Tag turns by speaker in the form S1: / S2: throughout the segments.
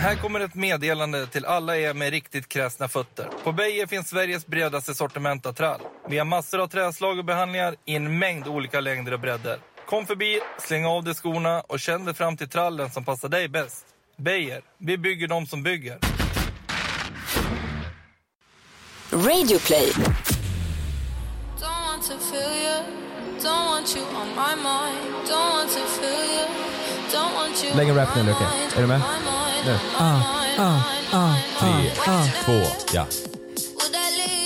S1: Här kommer ett meddelande till alla er med riktigt kräsna fötter. På Beijer finns Sveriges bredaste sortiment av trall. Vi har massor av träslag och behandlingar i en mängd olika längder och bredder. Kom förbi, släng av dig skorna och känn dig fram till trallen som passar dig bäst. Beijer, vi bygger de som bygger.
S2: Radioplay.
S3: Don't want to feel you. Don't want you on my mind. Don't want to feel you. Don't want you
S4: Lägg
S3: on
S4: en
S3: my
S4: rap nu, Luke.
S3: mind,
S4: Är du med? Ah,
S3: on my mind,
S4: Nu.
S3: on my mind, on my mind.
S5: Tre,
S4: ah,
S5: två, ja.
S3: Would I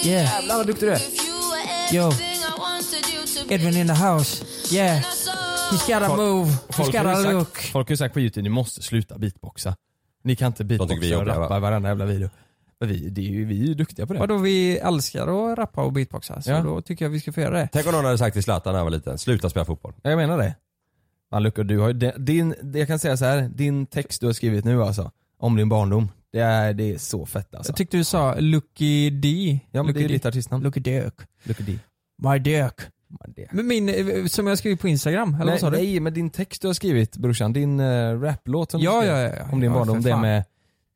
S3: leave
S4: Yeah. Jävlar vad duktig du är.
S3: if you were
S4: Yo.
S3: everything I wanted you to be?
S4: Edwin in the house. Yeah. He's got a
S5: Folk-
S4: move. He's
S5: Folk har,
S4: got a
S5: ju
S4: look.
S5: sagt, folk har ju sagt på youtube, ni måste sluta beatboxa. Ni kan inte
S6: tycker vi är
S5: beatboxa och
S6: jobbiga, va?
S5: rappa i varenda jävla video. Men vi, det är ju, vi är ju duktiga på det.
S4: Vadå, vi älskar att rappa och beatboxa, så
S5: Ja.
S4: då tycker jag vi ska få göra det.
S6: Tänk om någon hade sagt till Zlatan när han var liten, sluta spela fotboll.
S5: Ja, Jag menar det. Man Luca, du har ju de- din, jag kan säga så här, din text du har skrivit nu alltså, om din barndom. Det är, det är så fett alltså.
S4: Jag tyckte du sa Lucky D.
S5: Ja men
S4: Lucky
S5: det är
S4: D.
S5: ditt artistnamn.
S4: Lucky Dök.
S5: Luca D.
S4: My Dök.
S5: Man, det-
S4: Men min, eh, som jag skrev på Instagram, eller vad
S5: Nej,
S4: sa du?
S5: nej men din text du har skrivit brorsan, din uh, raplåt som
S4: Ja,
S5: du skrev
S4: ja, ja, ja.
S5: om din
S4: Ja,
S5: barndom,
S4: för
S5: det
S4: fan.
S5: med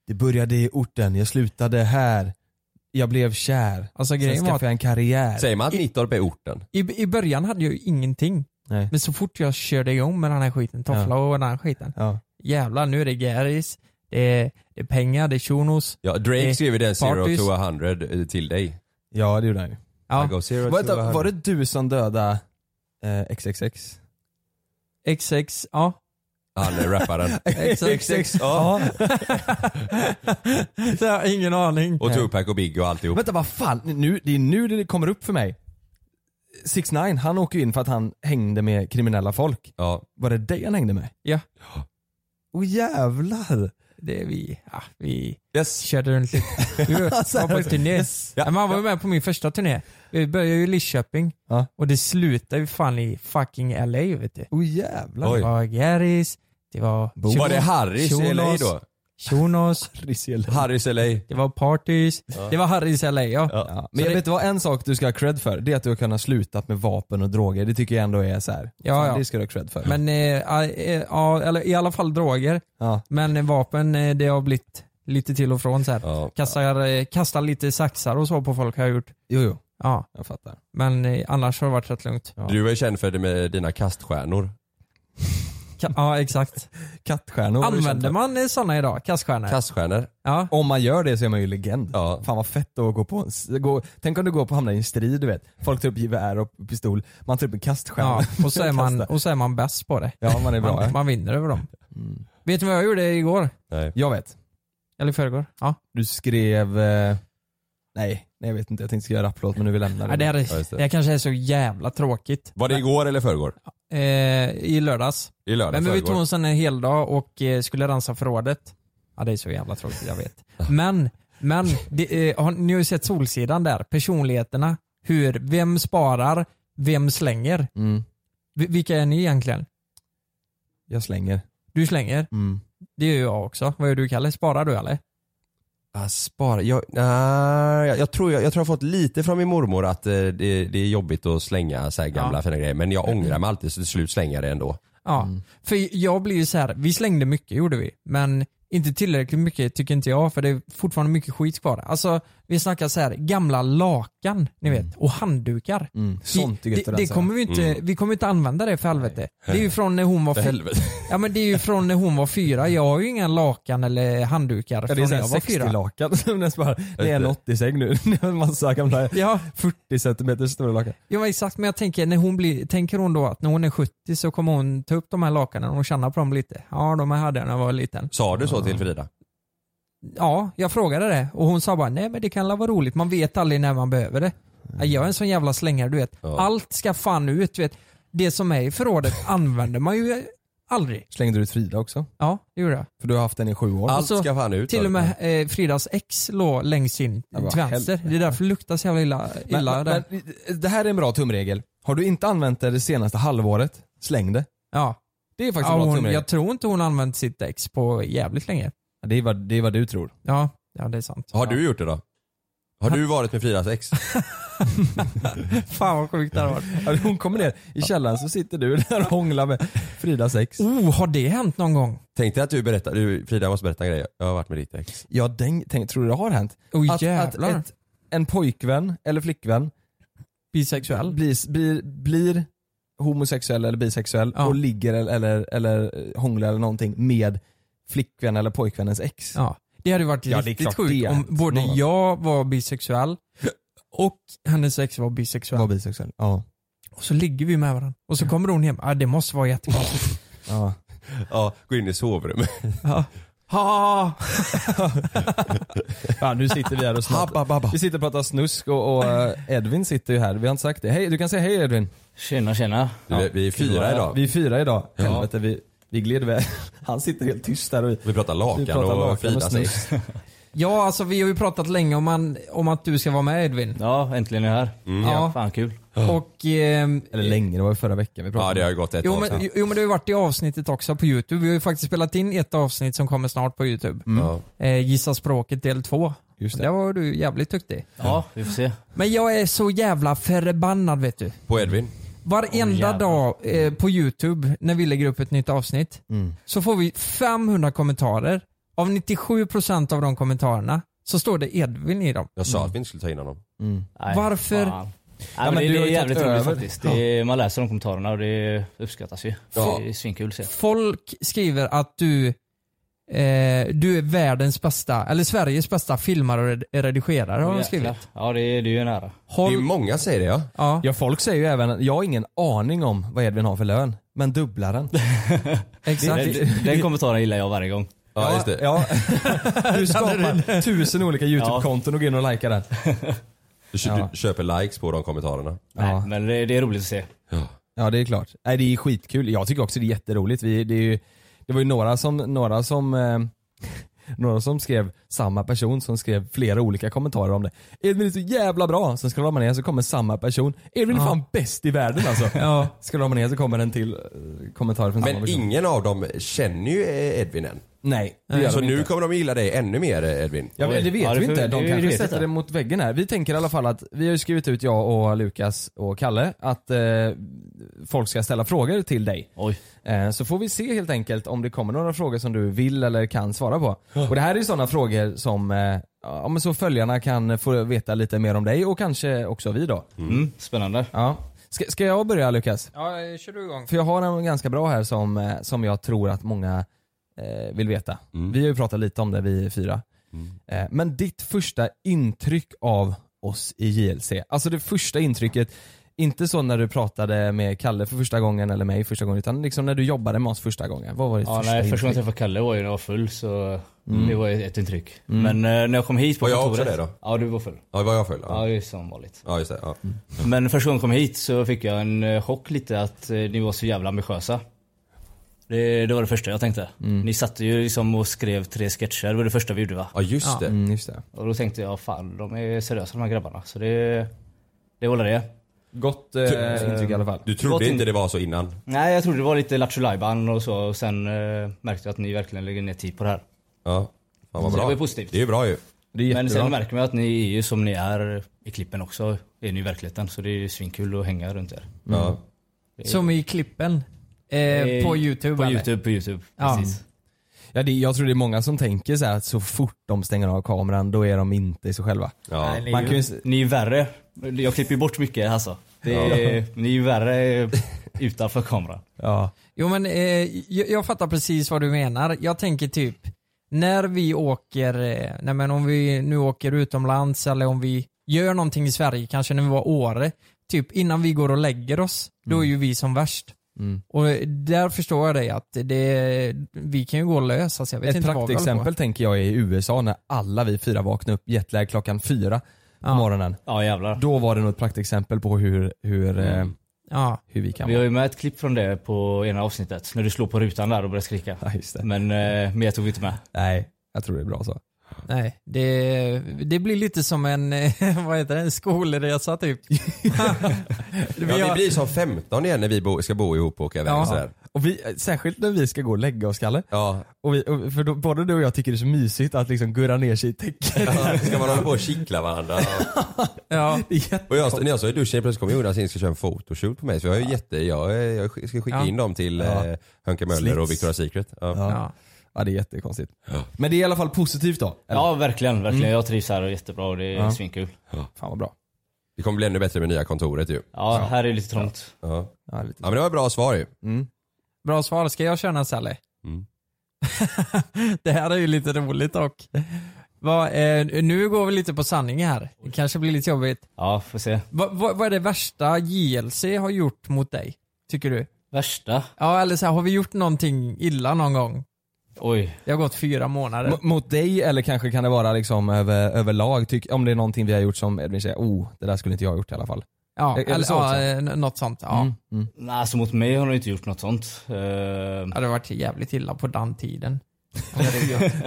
S5: Det började i orten, jag slutade här, jag blev kär,
S4: Alltså
S5: sen
S4: grejen var att
S5: skaffade jag en karriär.
S6: Säger man att Nittorp är orten?
S4: i, i början hade jag ju ingenting.
S5: Nej.
S4: Men så fort jag körde igång med den här skiten, toffla och den här skiten.
S5: Ja.
S4: Jävlar, nu är det Garris, det är, det är pengar, det är Shunos.
S6: Ja, Drake
S4: Eh,
S6: skrev ju den Zero
S4: parties.
S6: to 100 eh, till dig.
S5: ja det gjorde han ju.
S6: I
S4: Ja,
S6: go zero to
S5: Vänta,
S6: 100.
S5: var det du som dödade eh, XXX?
S4: XX, ja.
S6: Han är rapparen.
S4: XX,
S6: Ja.
S4: Jag har ingen aning.
S6: Och Tupac och Biggie och alltihop.
S5: Vänta vad fan, nu, det är nu det kommer upp för mig. 6 9 han åker ju in för att han hängde med kriminella folk.
S6: Ja.
S5: Var det dig han hängde med?
S4: Ja.
S5: Åh jävlar!
S4: Det är vi, ja, vi
S6: Yes.
S4: körde runt lite. Vi var på turné. Ja, man var ju med på min första turné. Vi började ju i Lidköping
S5: Ja.
S4: och det slutade ju fan i fucking LA vet du.
S5: Åh jävlar.
S4: Det
S6: Oj.
S4: var Garris, det var
S6: Var det Harrys i LA då?
S4: Shunos,
S6: Harrys LA.
S4: det var Parties, det var Harrys LA ja.
S5: Ja,
S4: Så
S5: men jag
S4: det-
S5: vet vad en sak du ska ha cred för, det är att du har kunnat sluta med vapen och droger. Det tycker jag ändå är så här.
S4: Ja,
S5: Fan,
S4: ja.
S5: Det ska du ha cred för.
S4: Men eh, ja, eh, ja, eller i alla fall droger.
S5: ja.
S4: Men eh, vapen, eh, det har blivit lite till och från så här.
S6: Ja.
S4: Kastar, eh, kastar lite saxar och så på folk har jag gjort.
S5: Jo, jo,
S4: Ja,
S5: jag fattar.
S4: men eh, annars har det varit rätt lugnt. Ja,
S6: Du var ju känd för det med dina kaststjärnor.
S4: Ka- ja exakt.
S5: Kattstjärnor har du känt
S4: Använder
S5: för.
S4: man sådana idag? Kaststjärnor?
S6: Kaststjärnor.
S4: ja.
S5: Om man gör det så är man ju legend.
S6: Ja.
S5: Fan vad fett att gå på en, s- gå, Tänk om du går på och hamnar i en strid du vet. Folk tar upp gevär och pistol, man tar upp en kaststjärna.
S4: ja. Och, så är man,
S5: Kasta.
S4: och så är man bäst på det.
S5: Ja man är bra.
S4: Man,
S5: ja. Mm.
S4: man vinner över dem. Vet ni vad jag gjorde igår?
S6: Nej.
S5: Jag vet.
S4: Eller i förrgår? Ja.
S5: Du skrev... Eh, nej, nej jag vet inte. Jag tänkte skriva rapplåt men nu vill jag lämna
S4: Nej, det, här,
S6: Ja, just
S4: är-
S6: det.
S4: det här kanske är så jävla tråkigt.
S6: Var det igår eller förrgår?
S4: Eh, I lördags.
S6: I lördag
S4: Men vi tog
S6: förrgår.
S4: oss en hel dag och eh, skulle rensa förrådet. Ja det är så jävla tråkigt, jag vet. Men, men det, eh, har, ni har ju sett Solsidan där, personligheterna. Hur, vem sparar, vem slänger?
S5: Mm.
S4: Vi- vilka är ni egentligen?
S5: Jag slänger.
S4: Du slänger,
S5: Mm.
S4: det gör jag också. Vad gör du Kalle? Sparar du eller?
S6: Ah, spara. Jag, nej, jag, jag, tror jag, jag tror jag har fått lite från min mormor att eh, det, det är jobbigt att slänga så här gamla
S4: Ja.
S6: fina grejer. Men
S5: Mm.
S6: jag ångrar mig alltid så till slut slänger jag det ändå.
S4: Ja, för jag blir ju så här. vi slängde mycket gjorde vi, men Inte tillräckligt mycket tycker inte jag för det är fortfarande mycket skit kvar. Alltså vi snackar så här gamla lakan ni vet och handdukar.
S5: Mm. Sånt är
S4: det,
S5: gött
S4: det,
S5: att
S4: det
S5: rensa.
S4: kommer vi inte,
S5: Mm.
S4: vi kommer inte använda det för helvete. Det är ju från när hon var
S5: För
S4: fy-
S5: helvete.
S4: Ja men det är ju från när hon var fyra. Jag har ju inga lakan eller handdukar
S5: Ja, det är
S4: från
S5: så
S4: när jag
S5: här
S4: var fyra.
S5: 60-lakan som nästan bara, det är en 80-säng nu. Det är en massa gamla 40 centimeter stora lakan.
S4: Ja men exakt, men jag tänker, när hon blir, tänker hon då att när hon är 70 så kommer hon ta upp de här lakanen och känna på dem lite? Ja, de här hade jag när jag var liten.
S6: Sa du så till Frida?
S4: Ja, jag frågade det och hon sa bara nej men det kan la vara roligt, man vet aldrig när man behöver det. Jag är en sån jävla slängare du vet.
S6: Ja.
S4: Allt ska fan ut du vet. Det som är i förrådet använder man ju aldrig.
S5: Slängde du ut Frida också?
S4: Ja, det gjorde jag.
S5: För du har haft den i sju år. Alltså,
S4: Och så Till och med eh, Fridas ex låg längst in
S5: Ja, vad
S4: till vänster.
S5: helvete.
S4: Det är därför det luktar så jävla illa,
S5: Men,
S4: illa där.
S5: men, det här är en bra tumregel. Har du inte använt det det senaste halvåret, släng det.
S4: Ja.
S5: Det är faktiskt
S4: ja,
S5: en bra
S4: hon,
S5: tumregel.
S4: Jag tror inte hon använt sitt ex på jävligt länge.
S5: Ja, Det är, vad, det är vad du tror.
S4: Ja, ja det är sant.
S6: Har du gjort det då? Har du varit med Fridas ex?
S4: Fan vad sjukt det hade varit.
S5: Ja, hon kommer ner i källaren så sitter du där och hånglar med Fridas ex.
S4: Oh, har det hänt någon gång?
S6: Tänk dig att du berättar, du, Frida jag måste berätta en grej. Jag har varit med ditt ex.
S5: Ja, den, tänk, tror du det har hänt?
S4: Oh,
S5: att
S4: jävlar.
S5: att ett, en pojkvän eller flickvän
S4: Bisexuell?
S5: blir, blir, blir homosexuell eller bisexuell och ligger eller, eller, eller hånglar eller någonting med flickvän eller pojkvännens ex.
S4: Ja. Det hade ju varit
S5: Ja, det är
S4: riktigt
S5: klart det
S4: sjukt
S5: är
S4: om
S5: hänt.
S4: både
S5: Någon.
S4: jag var bisexuell och hennes ex var bisexuell.
S5: Var bisexuell, ja.
S4: Och så ligger vi med varandra. Och så kommer hon hem. Ah, det måste vara jättekonstigt.
S5: Ja.
S6: Ja, gå in i sovrummet.
S4: Ja. Ha!
S5: Ja, nu sitter vi här och snabb. Vi sitter och pratar snusk och, och eh, Edvin sitter ju här. Vi har inte sagt det. Hej, du kan säga hej Edvin. Tjena tjena.
S6: Du, vi- vi är fyra idag.
S5: Vi är fyra idag.
S6: Ja.
S5: Helvete, vi, vi gled iväg. Han sitter helt tyst där och vi,
S6: Vi pratar lakan
S5: pratar
S6: och
S5: lakan
S6: Fridas ex.
S4: Ja, alltså vi har ju pratat länge om, an- om att du ska vara med Edvin.
S7: Ja, äntligen är jag här.
S5: Mm.
S4: Ja.
S7: Ja. Fan kul.
S4: Och... ehm,
S5: Eller länge, det var ju förra veckan vi pratade.
S6: Ja, det har ju gått ett
S4: Jo
S6: avsnitt.
S4: men, jo men det har ju varit i avsnittet också på youtube. Vi har ju faktiskt spelat in ett avsnitt som kommer snart på youtube.
S7: Mm.
S6: Ja.
S4: Eh, Gissa språket del två. Just det. Där var du jävligt duktig.
S7: Ja, vi får se.
S4: Men jag är så jävla förbannad vet du.
S6: På Edvin.
S4: Varenda dag eh, på youtube när vi lägger upp ett nytt avsnitt så får vi 500 kommentarer. Av 97% av de kommentarerna så står det Edvin i dem.
S6: Jag sa att vi inte skulle ta in honom.
S7: Nej,
S4: Varför?
S7: fan. Nej,
S4: Ja,
S7: men
S4: men
S7: det,
S4: du
S7: det
S4: har
S7: är
S4: ju tagit
S7: jävligt roligt
S4: över.
S7: faktiskt. Det är, man läser de kommentarerna och det uppskattas ju.
S4: Ja.
S7: Det är svinkul att se.
S4: Folk skriver att du, eh, du är världens bästa, eller Sveriges bästa filmare och red- redigerare har de
S7: Jäklar.
S4: skrivit.
S7: Ja, det är, det är ju nära.
S4: Håll- Det är
S6: många säger det ja.
S4: Ja.
S5: folk säger ju även, jag har ingen aning om vad Edvin har för lön, men dubblar den.
S4: Exakt.
S7: Den, den kommentaren gillar jag varje gång.
S6: Ja, just det.
S5: Ja. Du skapar tusen olika YouTube-konton och går in och likar den.
S6: Du, kö- du köper likes på de kommentarerna.
S7: Nej, men det, det är roligt att se.
S5: Ja det är klart. Nej, det är skitkul. Jag tycker också det är jätteroligt. Vi, det, är ju, det var ju några som, några som eh, några som skrev, samma person som skrev flera olika kommentarer om det. Edvin är så jävla bra! Sen scrollar man ner så kommer samma person. Edvin är
S4: Ja.
S5: fan bäst i världen alltså.
S4: Ja.
S5: Scrollar man ner så kommer en till eh, kommentar från samma
S6: Men
S5: person.
S6: ingen av dem känner ju eh, Edvin än.
S5: Nej, det gör
S6: Så
S5: de
S6: nu
S5: inte.
S6: kommer de gilla dig ännu mer eh, Edvin.
S5: Ja, men det vet
S7: Ja, det
S5: vi
S7: får-
S5: inte. De
S7: det- det
S5: kanske
S7: vet jag
S5: sätter
S7: inte.
S5: det mot väggen här. Vi tänker i alla fall att, vi har ju skrivit ut jag och Lukas och Kalle att eh, folk ska ställa frågor till dig.
S7: Oj.
S5: Eh, så får vi se helt enkelt om det kommer några frågor som du vill eller kan svara på. Och det här är ju sådana frågor som eh, ja, men så följarna kan få veta lite mer om dig och kanske också vi då.
S7: Mm, spännande.
S5: Ja. Ska, ska jag börja Lukas?
S4: Ja, eh, kör du igång.
S5: För jag har en ganska bra här som, eh, som jag tror att många eh, vill veta.
S7: Mm.
S5: Vi har ju pratat lite om det vi fyra. Eh, Men ditt första intryck av oss i JLC, alltså det första intrycket, inte så när du pratade med Kalle för första gången eller mig första gången, utan liksom när du jobbade med oss första gången. Vad var ditt
S7: Ja,
S5: första
S7: nej,
S5: intryck?
S7: första gången jag träffade Kalle var ju när jag var full så
S5: Mm.
S7: det var ju ett intryck.
S5: Mm.
S7: Men eh, när jag kom hit på
S6: Var jag
S7: kontoret.
S6: också det då?
S7: Ja, du var full.
S6: Ja, var jag full?
S7: Ja,
S6: Ja,
S7: det är som vanligt. Mm.
S6: ja just det. Ja.
S7: Men första gången jag kom hit så fick jag en eh, chock lite att eh, ni var så jävla ambitiösa. Det, det var det första jag tänkte.
S5: Mm.
S7: Ni satte ju liksom och skrev tre sketcher, det var det första vi gjorde va?
S6: Ja, just det.
S5: Mm, just det.
S7: Och då tänkte jag fan de är seriösa de här grabbarna. Så det, det var väl det.
S5: Gott eh, intryck i alla fall.
S6: Du trodde
S7: Gott in-
S6: inte det var så innan?
S7: Nej jag trodde det var lite Lattjo Lajban och så och sen eh, märkte jag att ni verkligen lägger ner tid på det här.
S6: Ja. Fan vad
S7: Så det
S6: bra.
S7: var ju positivt.
S6: Det är ju bra ju.
S5: Det är
S7: Men
S5: jättebra.
S7: sen märker man att ni är ju som ni är i klippen också. Är ni i verkligheten. Så det är ju svinkul att hänga runt er.
S6: Ja.
S4: Som i klippen. Eh,
S7: Eh,
S4: på youtube
S7: På
S4: eller?
S7: youtube, på youtube.
S4: Ja.
S7: Precis.
S5: Ja, det, jag tror det är många som tänker så här att så fort de stänger av kameran då är de inte sig själva.
S7: Nej, ni,
S5: Man
S7: är
S5: kan ju,
S7: ju,
S5: s-
S7: ni är ju värre. Jag klipper ju bort mycket alltså. Det är,
S5: Ja.
S7: Ni är ju värre utanför kameran.
S5: ja.
S4: Jo men eh, jag, jag fattar precis vad du menar. Jag tänker typ när vi åker, eh, nej men om vi nu åker utomlands eller om vi gör någonting i Sverige, kanske när vi var i Åre, typ innan vi går och lägger oss, då är ju vi som värst.
S5: Mm.
S4: Och eh, där förstår jag dig att det, vi kan ju gå lös. Alltså jag vet
S5: Ett
S4: inte vad vi håller på.
S5: praktexempel tänker jag är i USA när alla vi fyra vaknade upp jetlag klockan fyra på
S4: Ja.
S5: morgonen.
S7: Ja jävlar.
S5: Då var det nog ett praktexempel på hur, hur, eh,
S7: Mm.
S4: Ja.
S5: hur vi kan
S7: Vi har ju med ett klipp från det på ena avsnittet. När du slår på rutan där och börjar skrika. Men eh, mer tog vi inte med.
S5: Nej, jag tror det är bra så.
S4: Nej, det, det blir lite som en, vad heter det, en skolresa typ.
S6: Ja, vi blir som 15 igen när vi bo, ska bo ihop och åka iväg och sådär.
S5: Och vi, särskilt när vi ska gå och lägga oss Kalle.
S6: Ja.
S5: Och vi, och för då, både du och jag tycker det är så mysigt att liksom gurra ner sig i täcket.
S6: Ska man hålla på och kittla varandra?
S4: Ja.
S6: Och jag, när jag står i duschen plötsligt kommer Jonas in och ska köra en fotoshoot på mig. Så jag, är ju jätte, jag, är- jag sk- ska skicka
S5: Ja.
S6: in dem till
S5: Ja.
S6: eh, Hönke Möller och
S5: Slits.
S6: Victoria's Secret. Ja.
S5: Ja. ja, det är jättekonstigt. Men det är i alla fall positivt då? eller?
S7: Ja verkligen, verkligen.
S5: Mm.
S7: Jag trivs här och är jättebra och det är
S5: Ja.
S7: svinkul.
S5: Fan vad bra.
S6: Det kommer bli ännu bättre med nya kontoret ju.
S7: Ja, här är det lite trångt.
S6: Ja.
S5: Ja, lite.
S6: men det var ett bra svar ju.
S4: Bra svar, ska jag känna Sally?
S6: Mm.
S4: det här är ju lite roligt dock. Va, eh, nu går vi lite på sanning här. Det kanske blir lite jobbigt.
S7: Ja, får se.
S4: Va, va, vad är det värsta JLC har gjort mot dig? Tycker du?
S7: Värsta?
S4: Ja, eller så här, har vi gjort någonting illa någon gång?
S7: Oj.
S4: Det har gått fyra månader.
S5: M- Mot dig eller kanske kan det vara liksom över, överlag, tyck, om det är någonting vi har gjort som Edvin säger, oh det där skulle inte jag ha gjort i alla fall.
S4: ja,
S5: Är- är det
S4: eller,
S5: så också?
S4: ja, eh, n- något sånt. Ja.
S5: Mm,
S7: Nej, alltså mot mig har de inte gjort något sånt. Eh,
S4: Det hade varit jävligt illa på den tiden.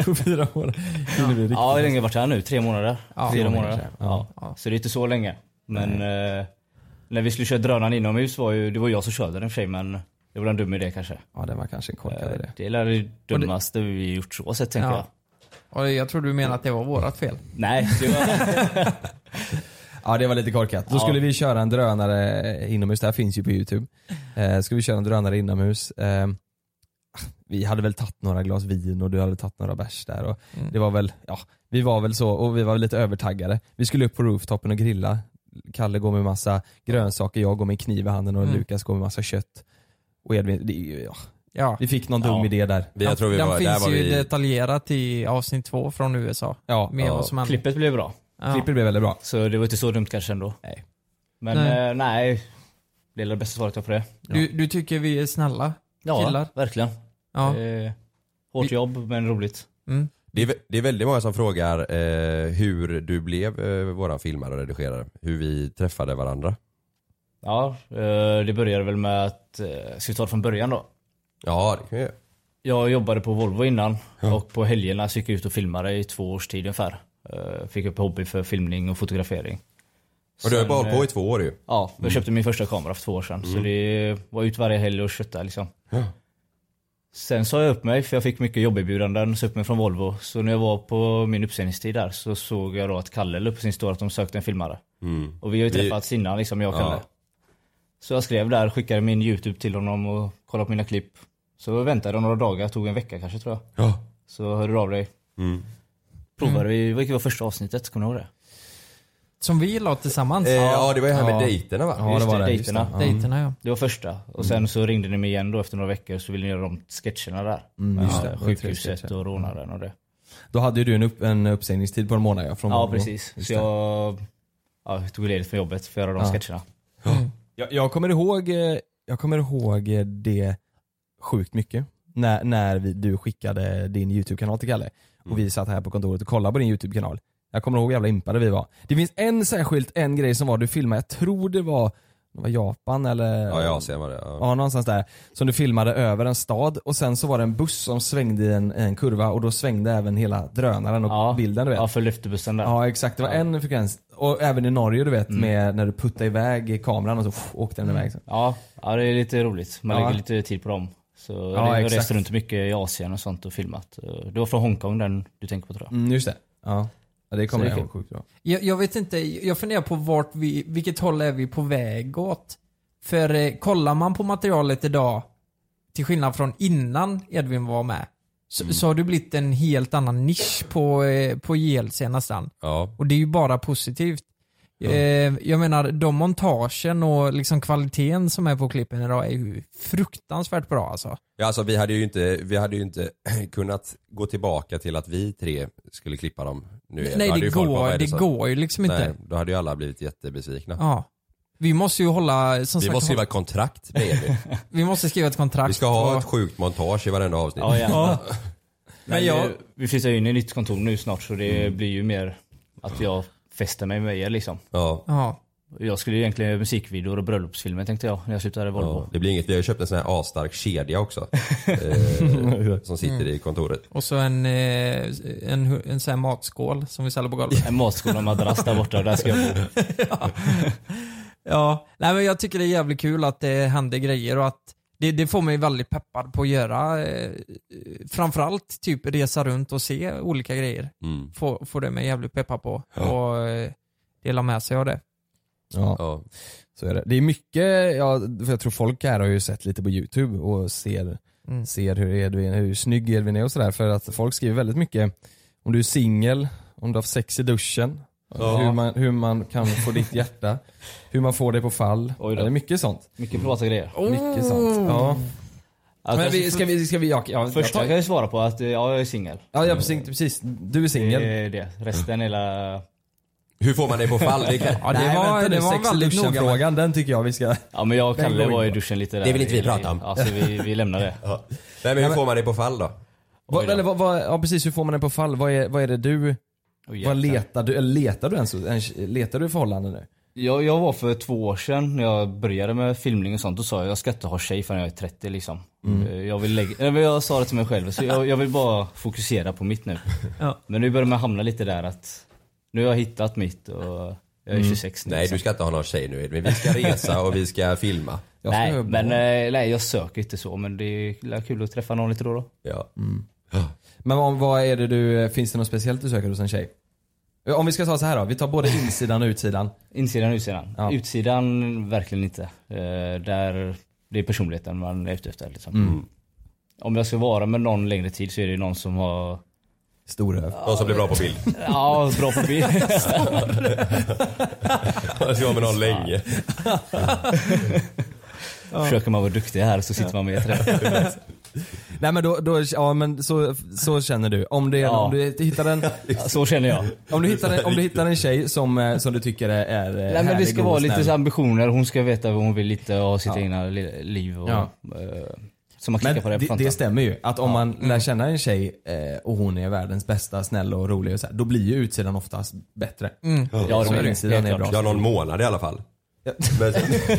S5: På fyra år.
S7: ja, hur länge har jag varit här nu? Tre månader?
S4: Ja.
S7: Fyra
S4: Tre månader
S7: månader?
S4: kanske.
S7: Ja. Så det är inte så länge. Men eh, när vi skulle köra drönaren inomhus var ju, det var jag som körde den i och för sig men det var en dum idé kanske.
S5: Ja det var kanske en korkad idé.
S7: Det är väl det dummaste vi gjort så sett tänker
S4: Ja.
S7: jag.
S4: Och jag tror du menar att det var vårat fel.
S7: Nej, det var...
S5: Ja det var lite korkat. Då
S7: Ja.
S5: skulle vi köra en drönare inomhus, det här finns ju på youtube. Eh, skulle vi köra en drönare inomhus. Eh, vi hade väl tagit några glas vin och du hade tagit några bärs där. Och
S4: Mm.
S5: Det var väl, ja, vi var väl så och vi var lite övertaggade. Vi skulle upp på rooftopen och grilla. Kalle går med massa grönsaker, jag går med en kniv i handen och
S4: Mm.
S5: Lukas går med massa kött. Och Edvin, det, är ju- ja,
S4: Ja.
S5: vi fick någon dum
S7: Ja.
S5: idé där.
S6: Vi, jag tror vi
S4: Den
S6: var, där
S4: finns
S6: var
S4: ju
S6: vi...
S4: detaljerat i avsnitt två från USA.
S5: Ja,
S4: Med
S6: Ja.
S4: vad som hände.
S7: Klippet blev bra.
S4: Ja.
S5: klippet blev väldigt bra.
S7: Så det var inte så dumt kanske ändå.
S5: Nej.
S7: Men
S4: Nej.
S7: nej, eh, nej det är det bästa svaret jag har på det.
S4: Du, du tycker vi är snälla?
S7: Ja,
S4: Killar?
S7: verkligen.
S4: Ja.
S7: Eh, hårt
S4: Vi-
S7: jobb men roligt.
S4: Mm.
S6: Det är, vä- det är väldigt många som frågar eh, hur du blev eh, våran filmare och redigerare. Hur vi träffade varandra.
S7: Ja, eh, det började väl med att, eh, ska vi ta det från början då?
S6: Ja, det kan vi göra.
S7: Jag jobbade på Volvo innan och på helgerna så gick jag ut och filmade i två års tid ungefär. Eh, Fick upp hobby för filmning och fotografering.
S6: Och du har ju
S7: Sen,
S6: bara hållit på
S7: eh,
S6: i två år ju.
S7: Ja, jag köpte min första kamera för två år sedan. Så det var ut varje helg och köttade liksom. Sen sa jag upp mig för jag fick mycket jobberbjudanden, så upp mig från Volvo. Så när jag var på min uppsägningstid där så såg jag då att Kalle la upp på sin story att de sökte en filmare.
S6: Mm.
S7: Och vi har ju
S6: Vi-
S7: träffats innan liksom, jag och Kalle.
S6: Ja.
S7: Så jag skrev där, skickade min YouTube till honom och kollade på mina klipp. Så väntade jag några dagar, tog en vecka kanske tror jag.
S6: Ja.
S7: Så hörde du av dig.
S6: Mm.
S7: Provade vi, vilket var första avsnittet, kommer du ihåg det?
S4: Som vi la tillsammans?
S6: Eh, ja, det var ju här med
S5: Ja.
S6: dejterna va?
S5: Ja,
S7: Just
S5: det var
S7: det,
S5: det. Just det.
S7: dejterna.
S5: Ja.
S4: Dejterna ja.
S7: Det var första. Och sen så ringde ni mig igen då efter några veckor så ville ni göra de sketcherna där.
S5: Mm, just det.
S7: Ja,
S5: Det var tre
S7: sjukhuset
S5: sketcher.
S7: och rånaren och det.
S5: Då hade ju du en, upp, en uppsägningstid på en månad ja, från
S7: Ja
S5: Volvo.
S7: precis.
S5: Just
S7: Så
S5: det.
S7: jag ja, jag tog ledigt från jobbet för att göra de
S5: Ja.
S7: sketcherna.
S5: Jag, jag kommer ihåg, eh, jag kommer ihåg eh, det sjukt mycket. När, när vi, du skickade din YouTube-kanal till Kalle. Och
S6: Mm.
S5: vi satt här på kontoret och kollade på din YouTube-kanal. Jag kommer ihåg hur jävla impade vi var. Det finns en särskilt, en grej som var du filmade, jag tror det var, det var Japan eller?
S6: Ja, jag ser vad det ja.
S5: Ja, någonstans där. Som du filmade över en stad och sen så var det en buss som svängde i en, i en kurva och då svängde även hela drönaren och
S7: Ja.
S5: bilden du vet.
S7: Ja, för lyftebussen där. Mm.
S5: Ja exakt, det var en frekvens. Och även i Norge du vet, med när du puttade iväg kameran och så pff, åkte den iväg.
S7: Ja, ja, det är lite roligt. Man
S5: Ja.
S7: lägger lite tid på dem. Så
S5: Ja,
S7: jag
S5: exakt.
S7: reste runt mycket i Asien och sånt och filmat. Eh, Det var från Hongkong den du tänker på tror jag.
S5: Mm, just det. Ja. ja det kommer
S7: Så det
S5: jag
S7: är
S5: ihåg sjukt bra.
S4: Jag, jag vet inte, jag funderar på vart vi, vilket håll är vi på väg åt? För eh, kollar man på materialet idag, till skillnad från innan Edvin var med, så,
S6: Mm.
S4: så har du blivit en helt annan nisch på, eh, på JLC nästan.
S6: Ja.
S4: Och det är ju bara positivt.
S6: Ja.
S4: Eh, jag menar, de montagen och liksom kvaliteten som är på klippen idag är ju fruktansvärt bra alltså.
S6: Ja, alltså, vi, hade ju inte, vi hade ju inte kunnat gå tillbaka till att vi tre skulle klippa dem. Nu
S4: Nej,
S6: Då hade
S4: det
S6: ju folk
S4: går-
S6: "Vad är
S4: det
S6: som-"
S4: går ju liksom inte.
S6: Nej, Då hade ju alla blivit jättebesvikna.
S4: Ja. Vi måste ju hålla, som
S6: Vi
S4: sagt,
S6: måste skriva ett kontrakt med er.
S4: vi måste skriva ett kontrakt.
S6: Vi ska ha
S4: och-
S6: ett sjukt montage i varenda avsnitt.
S7: Ja, gärna.
S6: Men
S7: Men
S6: jag-
S7: jag... Vi flyttar ju in i nytt kontor nu snart så det
S6: Mm.
S7: blir ju mer att jag fäster mig med er liksom.
S6: Ja.
S4: Ja.
S7: Jag skulle ju egentligen göra musikvideor och bröllopsfilmer tänkte jag när jag slutade i Volvo.
S6: Ja, det blir inget, vi har ju köpt en sån här asstark kedja också. eh, som sitter i kontoret.
S4: Och så en, eh, en, hu- en sån här matskål som vi säljer på golvet.
S7: En matskål och en madrass där borta, där ska jag bo.
S4: ja. ja, nej men jag tycker det är jävligt kul att det händer grejer och att det, det får mig väldigt peppad på att göra eh, framförallt typ resa runt och se olika grejer.
S6: Mm.
S4: Får, får det mig jävligt peppad på och eh, dela med sig av det.
S5: Ja. Så är det. Det är mycket, ja, för jag tror folk här har ju sett lite på youtube och ser,
S4: Mm.
S5: ser hur, Edvin, hur snygg Edvin är och sådär. För att folk skriver väldigt mycket om du är singel, om du har sex i duschen,
S7: Ja.
S5: hur, man, hur man kan få ditt hjärta, hur man får det på fall. Ja, det är mycket sånt.
S7: Mycket privata grejer.
S5: Mycket sånt. Ja. Men vi, ska vi, ska vi, ja, ja,
S7: Först
S5: jag
S7: kan jag ju svara på att eh, ja, jag är singel.
S5: Ja, ja precis, precis. Du är singel.
S7: Det är det. Resten hela...
S6: Hur får man det på fall? Det kan- Ja, det var-
S5: vänta nu,
S6: det var
S5: sex i
S6: väldigt noga med.
S5: duschen-frågan, den tycker jag vi ska...
S7: Ja men jag och
S5: Den går
S7: Kalle
S5: vi
S7: var i
S5: på.
S7: duschen lite där.
S5: Det vill inte vi prata om.
S7: Ja, så Alltså, vi, vi lämnar det.
S6: Ja. Nej men hur får man det på fall då?
S5: Vad, eller, vad, vad, ja precis, hur får man den på fall? Vad är, vad är det du...
S7: jäklar.
S5: vad letar du? Eller letar du ens? ens- Letar du förhållanden nu?
S7: Jag, jag var för två år sedan när jag började med filmning och sånt. Då sa jag jag ska inte ha tjej förrän jag är 30 liksom.
S5: Mm.
S7: Eh, Jag, vill lägga, nej, men jag sa det till mig själv. Så jag, jag vill bara fokusera på mitt nu.
S4: Ja.
S7: Men nu börjar man hamna lite där att nu har jag hittat mitt och jag är 26 nu.
S6: Nej
S7: liksom.
S6: du ska inte ha någon tjej nu Edvin. Vi ska resa och vi ska filma.
S7: Nej, men eh, nej, jag söker inte så. Men det är kul att träffa någon lite då och då.
S6: Ja.
S5: Mm. Men vad, vad är det du, finns det något speciellt du söker hos en tjej? Om vi ska ta så här då, vi tar både insidan och utsidan.
S7: Insidan och utsidan.
S5: Ja.
S7: Utsidan verkligen inte. Eh, där det är personligheten man är ute efter. Liksom.
S5: Mm.
S7: Om jag ska vara med någon längre tid så är det någon som har...
S5: Storröv.
S6: De som blir bra på bild.
S7: Ja, bra på bild.
S6: Jag ska vara med någon länge.
S7: Försöker man vara duktig här så sitter man med i träff.
S5: Nej men då, då ja men så, så känner du. Om, det,
S7: Ja.
S5: om du hittar en...
S7: Så känner jag.
S5: Om du hittar en, om du hittar en tjej som, eh, som du tycker är, är eh,
S7: Nej, men det
S5: härlig
S7: ska
S5: och
S7: vara
S5: snäll.
S7: lite så ambitioner. Hon ska veta vad hon vill lite och ha sitt
S5: Ja.
S7: egna li- liv. Och,
S5: Ja.
S7: eh, så man klickar
S5: Men
S7: på det
S5: det, det stämmer ju. Att om man
S7: Mm.
S5: lär känna en tjej eh, och hon är världens bästa, snäll och rolig och så här, då blir ju utsidan oftast bättre.
S4: Mm.
S5: Ja, det är insidan är bra.
S6: Ja någon månad i alla fall. Men,